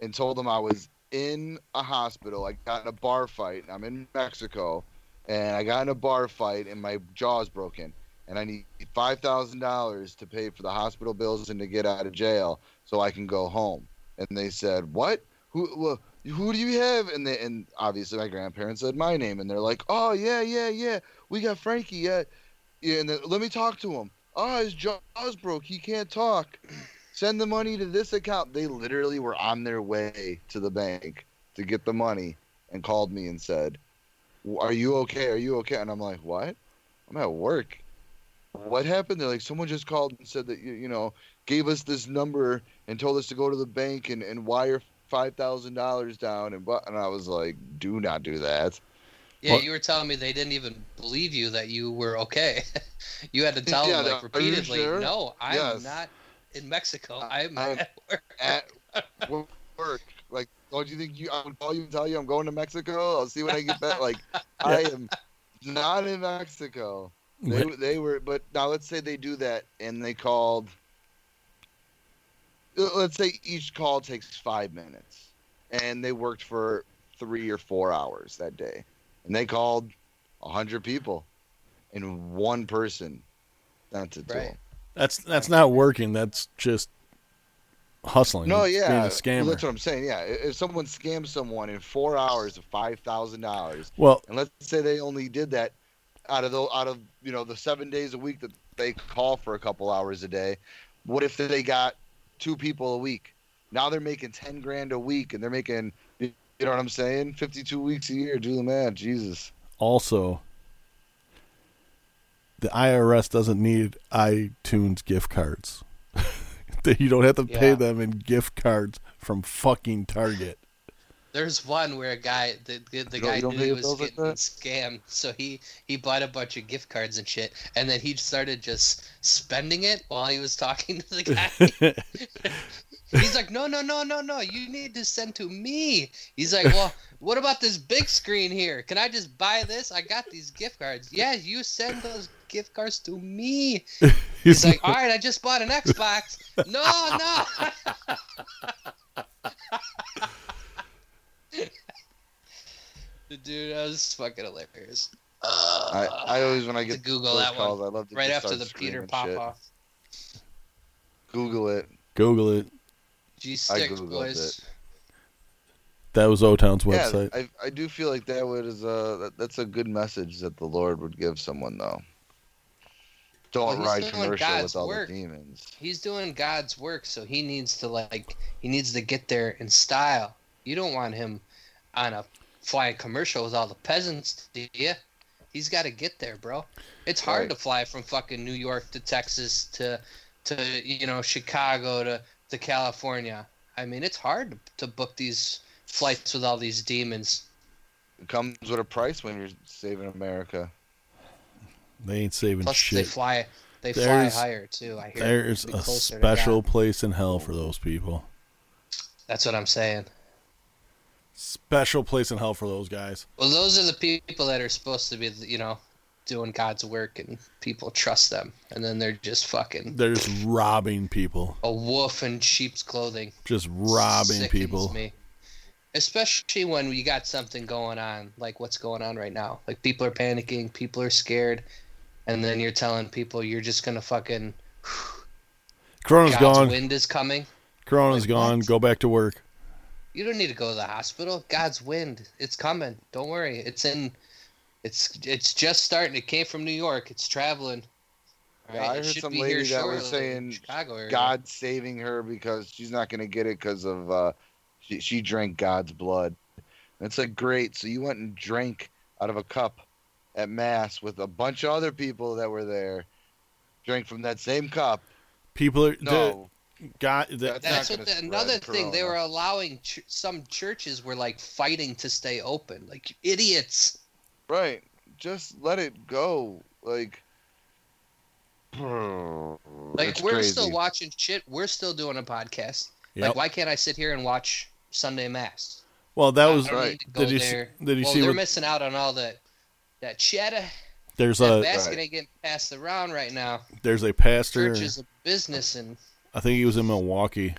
S3: and told them I was in a hospital. I got in a bar fight. and I'm in Mexico, and I got in a bar fight, and my jaw's broken. And I need five thousand dollars to pay for the hospital bills and to get out of jail so I can go home. And they said, "What? Who? Well, who do you have?" And they, and obviously my grandparents said my name, and they're like, "Oh yeah, yeah, yeah. We got Frankie. Yeah, yeah. And then, let me talk to him. Oh, his jaw's broke. He can't talk." send the money to this account. They literally were on their way to the bank to get the money and called me and said, Are you okay? Are you okay? And I'm like, What? I'm at work. What happened? They're like, Someone just called and said that, you, you know, gave us this number and told us to go to the bank and, and wire $5,000 down. And, bu-" and I was like, Do not do that.
S2: "Yeah,
S1: What?
S2: you were telling me they didn't even believe you that you were okay. you had to tell
S3: Yeah,
S2: them
S3: they're,
S2: like
S3: "Are you
S2: repeatedly,
S3: sure?"
S2: no, I'm
S3: Yes.
S2: not in Mexico.
S3: I-
S2: I'm,
S3: I'm-
S2: at work."
S3: At work. Like, don't you think you, I would call you and tell you I'm going to Mexico? I'll see when I get back. Like, I am not in Mexico. They,
S1: Wait,
S3: they were, but now let's say they do that and they called. Let's say each call takes five minutes, and they worked for three or four hours that day, and they called a hundred people, and one person sent it to
S2: Right.
S3: them.
S1: that's that's not working that's just hustling
S3: No,
S1: being
S3: yeah,
S1: a scammer
S3: Well, that's what I'm saying. Yeah, if if someone scams someone in four hours of five thousand dollars,
S1: well
S3: and let's say they only did that out of the out of you know the seven days a week that they call for a couple hours a day what if they got two people a week now they're making 10 grand a week and they're making you know what i'm saying 52 weeks a year do the math jesus
S1: also the IRS doesn't need iTunes gift cards. That you don't have to pay
S2: Yeah.
S1: them in gift cards from fucking Target.
S2: There's one where a guy, the, the, the
S3: You don't-
S2: guy
S3: you don't
S2: knew
S3: pay
S2: he
S3: your
S2: was
S3: bills like
S2: getting
S3: that?
S2: scammed, so he he bought a bunch of gift cards and shit, and then he started just spending it while he was talking to the guy. He's like, no, no, no, no, no, you need to send to me. He's like, well, what about this big screen here? Can I just buy this? I got these gift cards. Yeah, you send those gift cards to me. He's like, all right, I just bought an Xbox. No, no. Dude, that was fucking hilarious.
S3: i, I always when i
S2: to
S3: get
S2: Google
S3: those
S2: that
S3: calls,
S2: one
S3: i love to
S2: right
S3: just
S2: after
S3: start
S2: the Peter
S3: screaming shit.
S2: Popoff.
S3: google it
S1: Google it.
S2: G sticks,
S3: Googled
S2: boys.
S1: That was O Town's
S3: yeah
S1: website.
S3: I, I do feel like that was uh that, that's a good message that the lord would give someone though Don't
S2: Well, he's
S3: ride
S2: doing
S3: commercial
S2: God's
S3: with all
S2: work.
S3: the demons.
S2: He's doing God's work, so he needs to like he needs to get there in style. You don't want him on a flying commercial with all the peasants, do you? He's got to get there, bro. It's hard
S3: Right.
S2: to fly from fucking New York to Texas to to you know Chicago to to California. I mean, it's hard to, to book these flights with all these demons.
S3: It comes with a price when you're saving America.
S1: They ain't saving
S2: Plus, they
S1: shit.
S2: fly they
S1: There's-
S2: fly higher too. I hear
S1: There's
S2: Be
S1: a
S2: closer to God.
S1: special place in hell for those people.
S2: That's what I'm saying.
S1: Special place in hell for those guys.
S2: Well, those are the people that are supposed to be, you know, doing God's work, and people trust them, and then they're just fucking
S1: They're just robbing people.
S2: a wolf in sheep's clothing,
S1: Just robbing
S2: Sickens
S1: people.
S2: Me. Especially when you got something going on, like what's going on right now. Like people are panicking, people are scared, and then you're telling people you're just gonna fucking
S1: Corona's
S2: God's
S1: gone.
S2: wind is coming.
S1: Corona's
S2: Like,
S1: gone.
S2: what?
S1: Go back to work.
S2: You don't need to go to the hospital. God's wind, it's coming. Don't worry, it's in. It's it's just starting. It came from New York. It's traveling.
S3: Yeah, I
S2: It
S3: heard
S2: should
S3: some
S2: be here
S3: lady that was
S2: shortly in
S3: saying,
S2: Chicago area.
S3: God saving her because she's not going to get it because of uh, she, she drank God's blood. And it's like great. So you went and drank out of a cup at mass with a bunch of other people that were there, drank from that same cup.
S1: People are
S3: No,
S1: the- God. the-
S3: That's
S2: That's
S3: not
S2: what
S3: gonna
S2: the, another
S3: spread
S2: thing they
S3: corona.
S2: were allowing. Ch- some churches were like fighting to stay open. Like you idiots.
S3: right. Just let it go. Like, like
S2: Like we're still watching shit. We're still doing a podcast.
S1: Yep.
S2: Like why can't I sit here and watch Sunday Mass?
S1: well, that was.
S2: I don't
S3: right.
S2: need to go
S1: Did you see,
S2: there.
S1: did you
S2: Well,
S1: see
S2: they're
S1: what?
S2: missing out on all that that cheddar.
S1: there's
S2: That
S1: a
S2: basket
S3: Right.
S2: ain't getting passed around right now.
S1: there's a pastor.
S2: Church is a business, and
S1: I think he was in Milwaukee.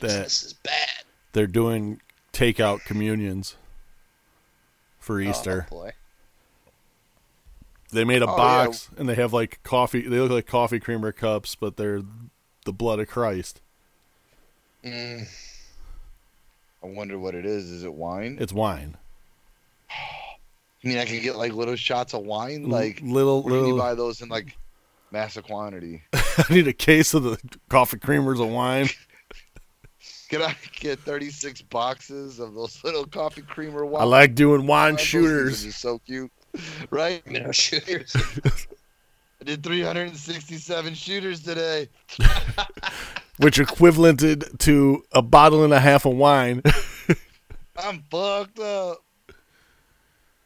S2: business is bad. Oh,
S1: They're doing takeout communions for Easter.
S2: Oh, boy.
S1: They made a
S3: Oh, yeah.
S1: box and they have like coffee. They look like coffee creamer cups, but they're the blood of Christ.
S2: Mm,
S3: I wonder what it is. Is it wine?
S1: It's wine.
S3: I mean, I could get like little shots of wine.
S1: L-
S3: Like,
S1: little
S3: where can you
S1: little.
S3: buy those in like massive quantity?
S1: I need a case of the coffee creamers of wine.
S3: Can I get 36 boxes of those little coffee creamer wine?
S1: I like doing wine
S3: Those
S1: shooters.
S3: things are so cute, right?
S2: you know, shooters.
S3: I did 367 shooters today.
S1: which equivalented to a bottle and a half of wine.
S3: I'm fucked up.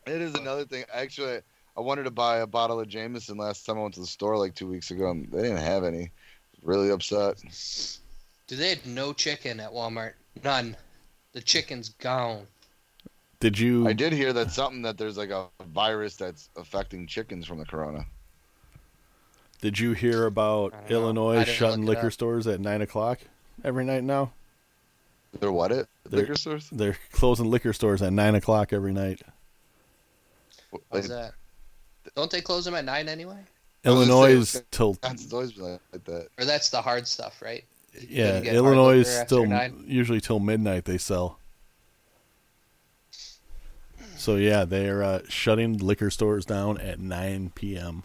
S3: It is another thing. Actually, I wanted to buy a bottle of Jameson last time I went to the store like two weeks ago, and they didn't have any. Really upset.
S2: Dude, they had no chicken at Walmart. None. The chicken's gone.
S1: Did you?
S3: I did hear that something that there's like a virus that's affecting chickens from the corona.
S1: Did you hear about
S2: I don't know.
S1: Illinois
S2: I didn't
S1: shutting
S2: look it
S1: liquor
S2: up.
S1: stores at nine o'clock every night now?
S3: They're what it?
S1: They're-
S3: Liquor stores?
S1: They're closing liquor stores at nine o'clock every night.
S3: Like,
S2: How's that? Don't they close them at nine anyway?
S3: I was gonna
S1: Illinois
S3: say,
S1: is till
S3: It's always been like that.
S2: Or that's the hard stuff, right? You
S1: yeah.
S2: couldn't get hard
S1: Illinois is
S2: liquor after
S1: still
S2: nine?
S1: usually till midnight they sell. So yeah, they're uh, shutting liquor stores down at nine p.m.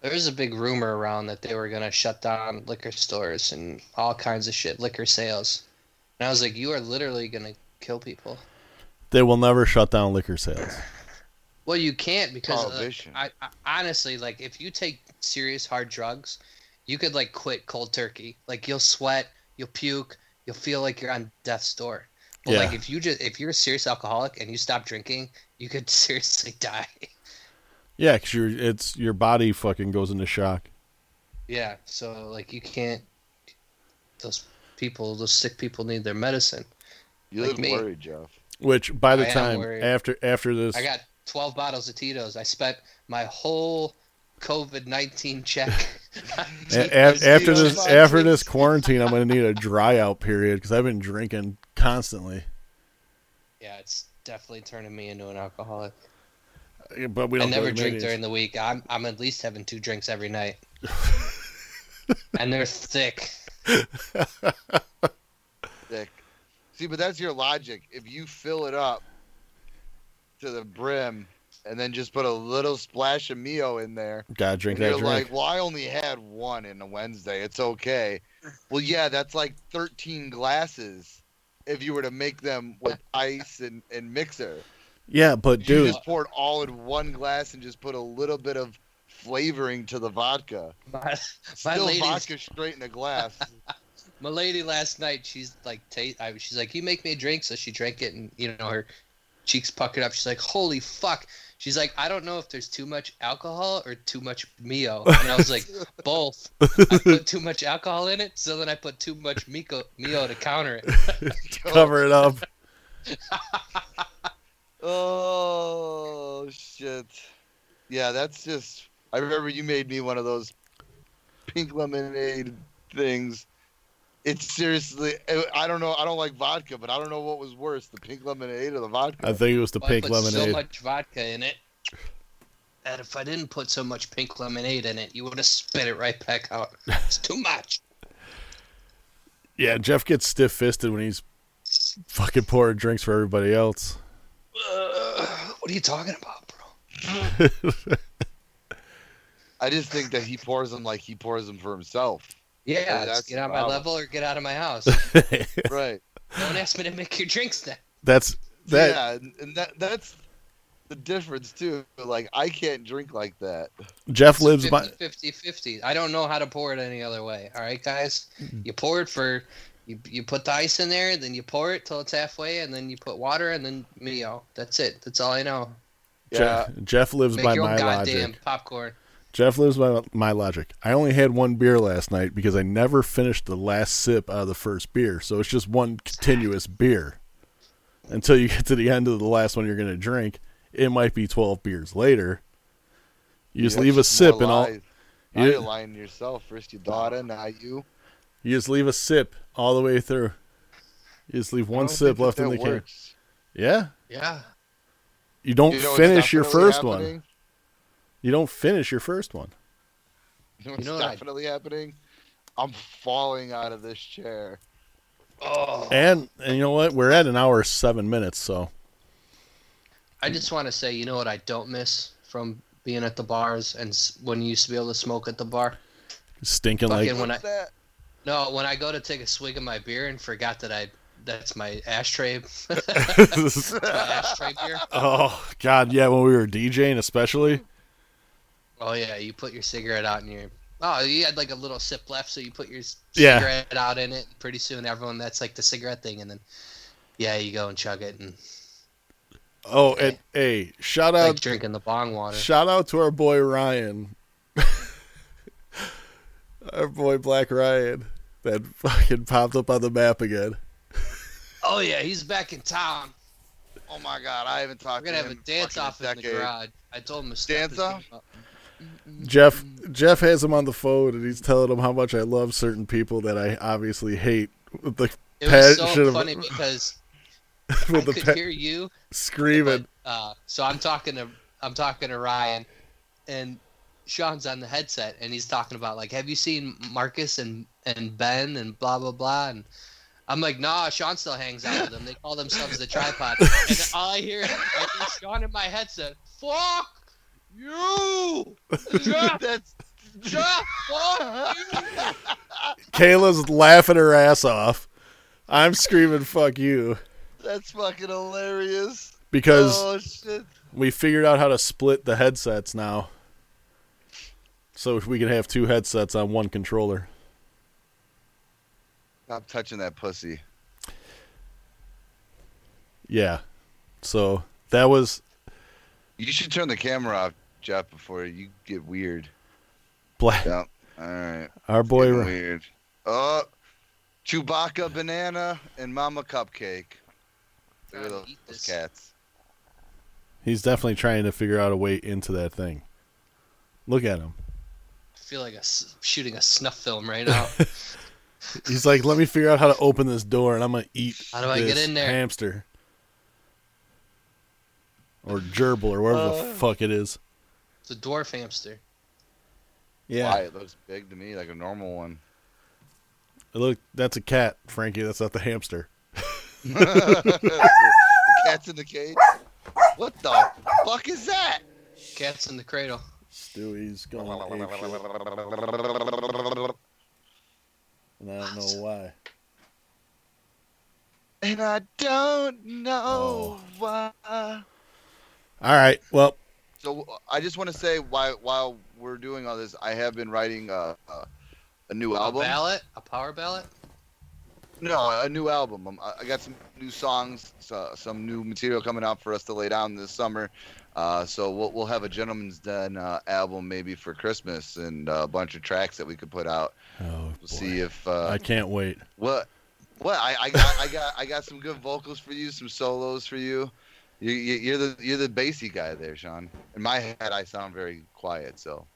S2: There was a big rumor around that they were gonna shut down liquor stores and all kinds of shit, liquor sales. And I was like, you are literally gonna kill people.
S1: They will never shut down liquor sales.
S2: Well, you can't because uh,
S3: Prohibition.
S2: I, I honestly like if you take serious hard drugs, you could like quit cold turkey. Like you'll sweat, you'll puke, you'll feel like you're on death's door. But
S1: Yeah.
S2: like if you just if you're a serious alcoholic and you stop drinking, you could seriously die.
S1: Yeah, because your it's your body fucking goes into shock.
S2: yeah, so like you can't. Those people, those sick people, need their medicine.
S3: You
S2: Like
S3: look
S2: me.
S3: worried, Jeff.
S1: Which by the
S2: I am
S1: time
S2: worried.
S1: after after this,
S2: I got twelve bottles of Tito's. I spent my whole COVID nineteen check. on
S1: A-
S2: Tito's.
S1: a- after
S3: Tito's
S1: this
S3: Vodka.
S1: after this quarantine, I'm gonna need a dry out period because I've been drinking constantly.
S2: Yeah, it's definitely turning me into an alcoholic.
S1: But we
S2: I
S1: don't go
S2: never
S1: to
S2: drink
S1: meetings.
S2: during the week. I'm I'm at least having two drinks every night. and they're thick.
S3: thick. See, but that's your logic. If you fill it up to the brim and then just put a little splash of Mio in there.
S1: Gotta drink
S3: And
S1: that
S3: you're
S1: drink.
S3: like, well, I only had one in a Wednesday. It's okay. Well, yeah, that's like 13 glasses if you were to make them with ice and, and mixer.
S1: yeah, but
S3: You
S1: dude,
S3: just poured all in one glass and just put a little bit of flavoring to the vodka.
S2: My, my
S3: Still
S2: lady's-
S3: vodka straight in a glass.
S2: my lady last night, she's like, ta- I, she's like, you make me a drink, so she drank it, and you know her cheeks puckered up. She's like, holy fuck. She's like, I don't know if there's too much alcohol or too much Mio, and I was like, both. I put too much alcohol in it, so then I put too much Miko, Mio to counter it.
S1: cover it up.
S3: Oh shit! Yeah, that's just. I remember you made me one of those pink lemonade things. It's seriously. I- I don't know. I don't like vodka, but I don't know what was worse, the pink lemonade or the vodka.
S1: I think it was the
S2: Well, I
S1: pink
S2: put so
S1: lemonade.
S2: much vodka in it that if I didn't put so much pink lemonade in it, you would have spit it right back out. It's too much.
S1: yeah, Jeff gets stiff fisted when he's fucking pouring drinks for everybody else.
S2: Ugh, what are you talking about, bro?
S3: I just think that he pours them like he pours them for himself.
S2: Yeah,
S3: Yeah,
S2: it's
S3: that's
S2: get
S3: the
S2: on my
S3: problem.
S2: level or get out of my house.
S3: Right.
S2: Don't ask me to make your drinks then.
S1: That's that.
S3: yeah, and- and that that's the difference too. Like I can't drink like that.
S1: Jeff lives by.
S2: 50 50. I don't know how to pour it any other way. All right, guys?
S1: Mm-hmm.
S2: You pour it for. You, you put the ice in there, then you pour it till it's halfway, and then you put water, and then Mio. That's it. That's all I know.
S1: Je-
S3: Yeah.
S1: Jeff lives
S2: Make
S1: by
S2: your
S1: my
S2: own goddamn
S1: logic.
S2: popcorn.
S1: Jeff lives by my logic. I only had one beer last night because I never finished the last sip out of the first beer. So it's just one continuous beer. Until you get to the end of the last one you're going to drink, it might be 12 beers later. You just
S3: Yeah,
S1: leave a
S3: more
S1: sip and all
S3: lies. Now you're
S1: Yeah.
S3: lying to yourself. First your daughter, now you.
S1: you just leave a sip all the way through. You just leave
S3: I
S1: one
S3: don't think
S1: sip
S3: that
S1: left in
S3: that
S1: the can.
S3: works.
S1: Yeah.
S2: Yeah.
S1: You don't
S3: You know what's
S1: finish your
S3: definitely
S1: first one.
S3: happening?
S1: You don't finish your first one.
S3: You know what's
S2: You know what I-
S3: definitely happening? I'm falling out of this chair.
S2: Oh.
S1: And and you know what? We're at an hour 7 minutes, so
S2: I just want to say, you know what I don't miss from being at the bars and s- when you used to be able to smoke at the bar?
S1: stinking like
S2: Fucking when I
S3: What's that?
S2: no, when I go to take a swig of my beer and forgot that I that's my ashtray, my ashtray beer.
S1: Oh God, yeah. When we were DJing, especially,
S2: Oh yeah, you put your cigarette out in your. Oh, you had like a little sip left, so you put your c-
S1: Yeah.
S2: cigarette out in it. Pretty soon, everyone that's like the cigarette thing, and then yeah, you go and chug it and
S1: oh, and hey, shout
S3: Uh,
S2: like
S1: out,
S2: drinking the bong water.
S1: shout out to our boy Ryan, our boy Black Ryan, that fucking popped up on the map again.
S2: oh yeah, he's back in town.
S3: Oh my god, I haven't talked
S2: We're gonna
S3: to
S2: have a
S3: him
S2: dance
S3: fucking
S2: off in the
S3: decade.
S2: garage. I told him to step
S3: Dance
S2: his game
S3: off?
S2: up.
S1: Jeff, Jeff has him on the phone, and he's telling him how much I love certain people that I obviously hate. With the
S2: It was
S1: passion
S2: so
S1: of-
S2: funny because I
S1: with the
S2: could
S1: pa-
S2: hear you.
S1: screaming.
S2: but, uh, so I'm talking to I'm talking to Ryan, and Sean's on the headset, and he's talking about like, have you seen Marcus and and Ben and blah blah blah, and I'm like, nah, Sean still hangs out with them. They call themselves the tripod, and all I hear, I hear Sean in my headset, fuck you, Jeff,
S3: That's
S2: Jeff, fuck you.
S1: Kayla's laughing her ass off. I'm screaming "fuck you"
S3: that's fucking hilarious.
S1: because
S3: oh shit.
S1: we figured out how to split the headsets now so if we can have two headsets on one controller
S3: Stop touching that pussy.
S1: yeah so that was
S3: You should turn the camera off, Jeff, before you get weird.
S1: black
S3: Yep. All right.
S1: our boy
S3: Getting
S1: Ri-
S3: weird. Oh, Chewbacca banana and Mama cupcake. Look at
S2: Gotta
S3: those,
S2: eat this.
S3: those cats.
S1: he's definitely trying to figure out a way into that thing look at him
S2: I feel like a s shooting a snuff film right now.
S1: he's like let me figure out how to open this door and i'm gonna eat
S2: How do I get
S1: this
S2: in there?"
S1: hamster or gerbil or whatever the
S3: Uh.
S1: fuck it is
S2: it's a dwarf hamster.
S1: yeah
S3: Why it looks big to me, like a normal one.
S1: look that's a cat frankie that's not the hamster
S3: the cat's in the cage. What the fuck is that?
S2: Cats in the cradle.
S1: Stewie's going apeshit, and I don't know why.
S3: And I don't know
S1: Oh.
S3: why.
S1: All right. Well,
S3: So I just want to say, while while we're doing all this, I have been writing uh, uh, a new
S2: A
S3: album.
S2: ballot? A power ballot?
S3: No, a new album. Um, I I got some new songs, so, some new material coming out for us to lay down this summer. Uh, so we'll we'll have a gentleman's den uh, album maybe for Christmas and uh, a bunch of tracks that we could put out.
S1: oh,
S3: We'll see if uh,
S1: I can't wait.
S3: what what I, I got I got I got some good vocals for you, some solos for you. You, you. You're the you're the bassy guy there, Sean. In my head, I sound very quiet, so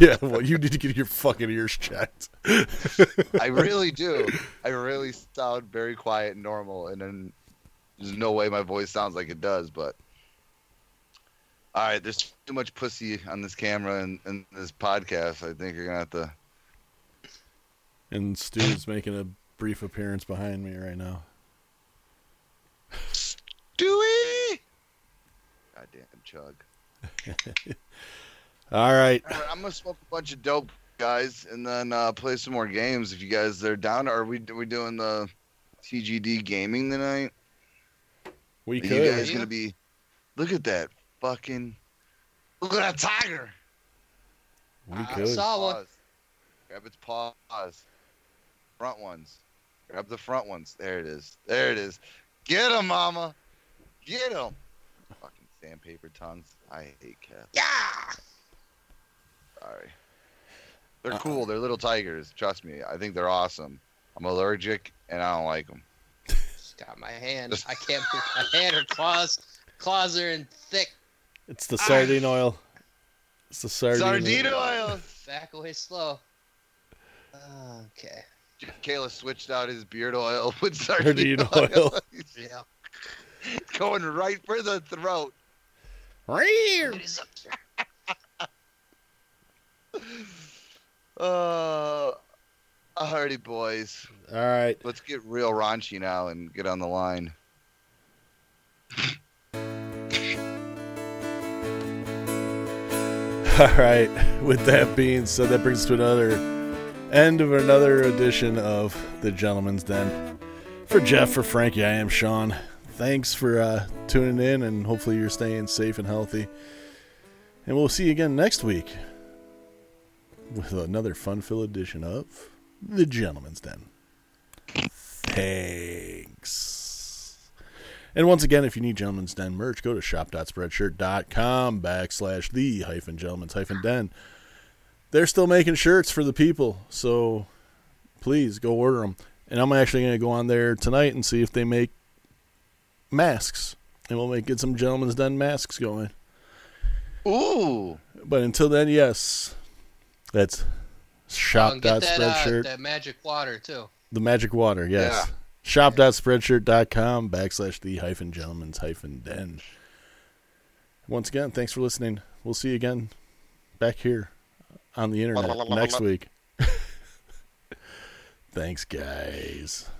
S1: yeah. Well, you need to get your fucking ears checked.
S3: I really do. I really sound very quiet and normal, and then there's no way my voice sounds like it does. But all right, there's too much pussy on this camera and, and this podcast. I think you're gonna have to.
S1: And Stu's making a brief appearance behind me right now.
S3: Dewey. Goddamn chug.
S1: All right.
S3: All right, I'm gonna smoke a bunch of dope, guys, and then uh, play some more games if you guys are down. Are we are we doing the TGD gaming tonight?
S1: We
S3: Are
S1: could.
S3: you guys
S2: Yeah.
S3: gonna be? Look at that fucking. Look at that tiger.
S1: we
S2: I
S3: Ah,
S1: could.
S2: saw- one.
S3: Paws. Grab its paws. Front ones. Grab the front ones. There it is. There it is. Get 'em, mama. Get 'em. Fucking sandpaper tongues. I hate cats.
S2: Yeah!
S3: Sorry. Uh-uh. They're cool. They're little tigers. Trust me. I think they're awesome. I'm allergic and I don't like them.
S2: Got my hand. I can't put my hand or claws. Claws are in thick.
S1: It's the sardine oil. It's the sardine.
S3: Sardine
S1: oil.
S3: oil.
S2: Back away slow. Okay.
S3: Kayla switched out his beard oil with sardine,
S1: Sardine
S3: oil.
S1: oil.
S3: He's
S2: Yeah.
S3: going right for the throat.
S2: It is up there.
S3: Uh, alrighty, boys.
S1: All right.
S3: Let's get real raunchy now and get on the line.
S1: All right. With that being said, that brings us to another end of another edition of the Gentleman's Den. For Jeff, for Frankie, I am Sean. Thanks for uh, tuning in, and hopefully you're staying safe and healthy. And we'll see you again next week with another fun-filled edition of the Gentleman's Den. Thanks. And once again, if you need Gentleman's Den merch, go to shop.spreadshirt.com backslash the hyphen gentleman's hyphen den. They're still making shirts for the people, so please go order them. And I'm actually going to go on there tonight and see if they make masks. And we'll make get some Gentleman's Den masks going.
S3: Ooh.
S1: But until then, yes, that's
S2: Oh, and get that, uh,
S1: shop.spreadshirt.
S2: that magic water, too.
S1: The magic water, yes.
S3: Yeah.
S1: Shop.spreadshirt.com backslash the hyphen gentleman's hyphen den. Once again, thanks for listening. We'll see you again back here on the internet next week. thanks, guys.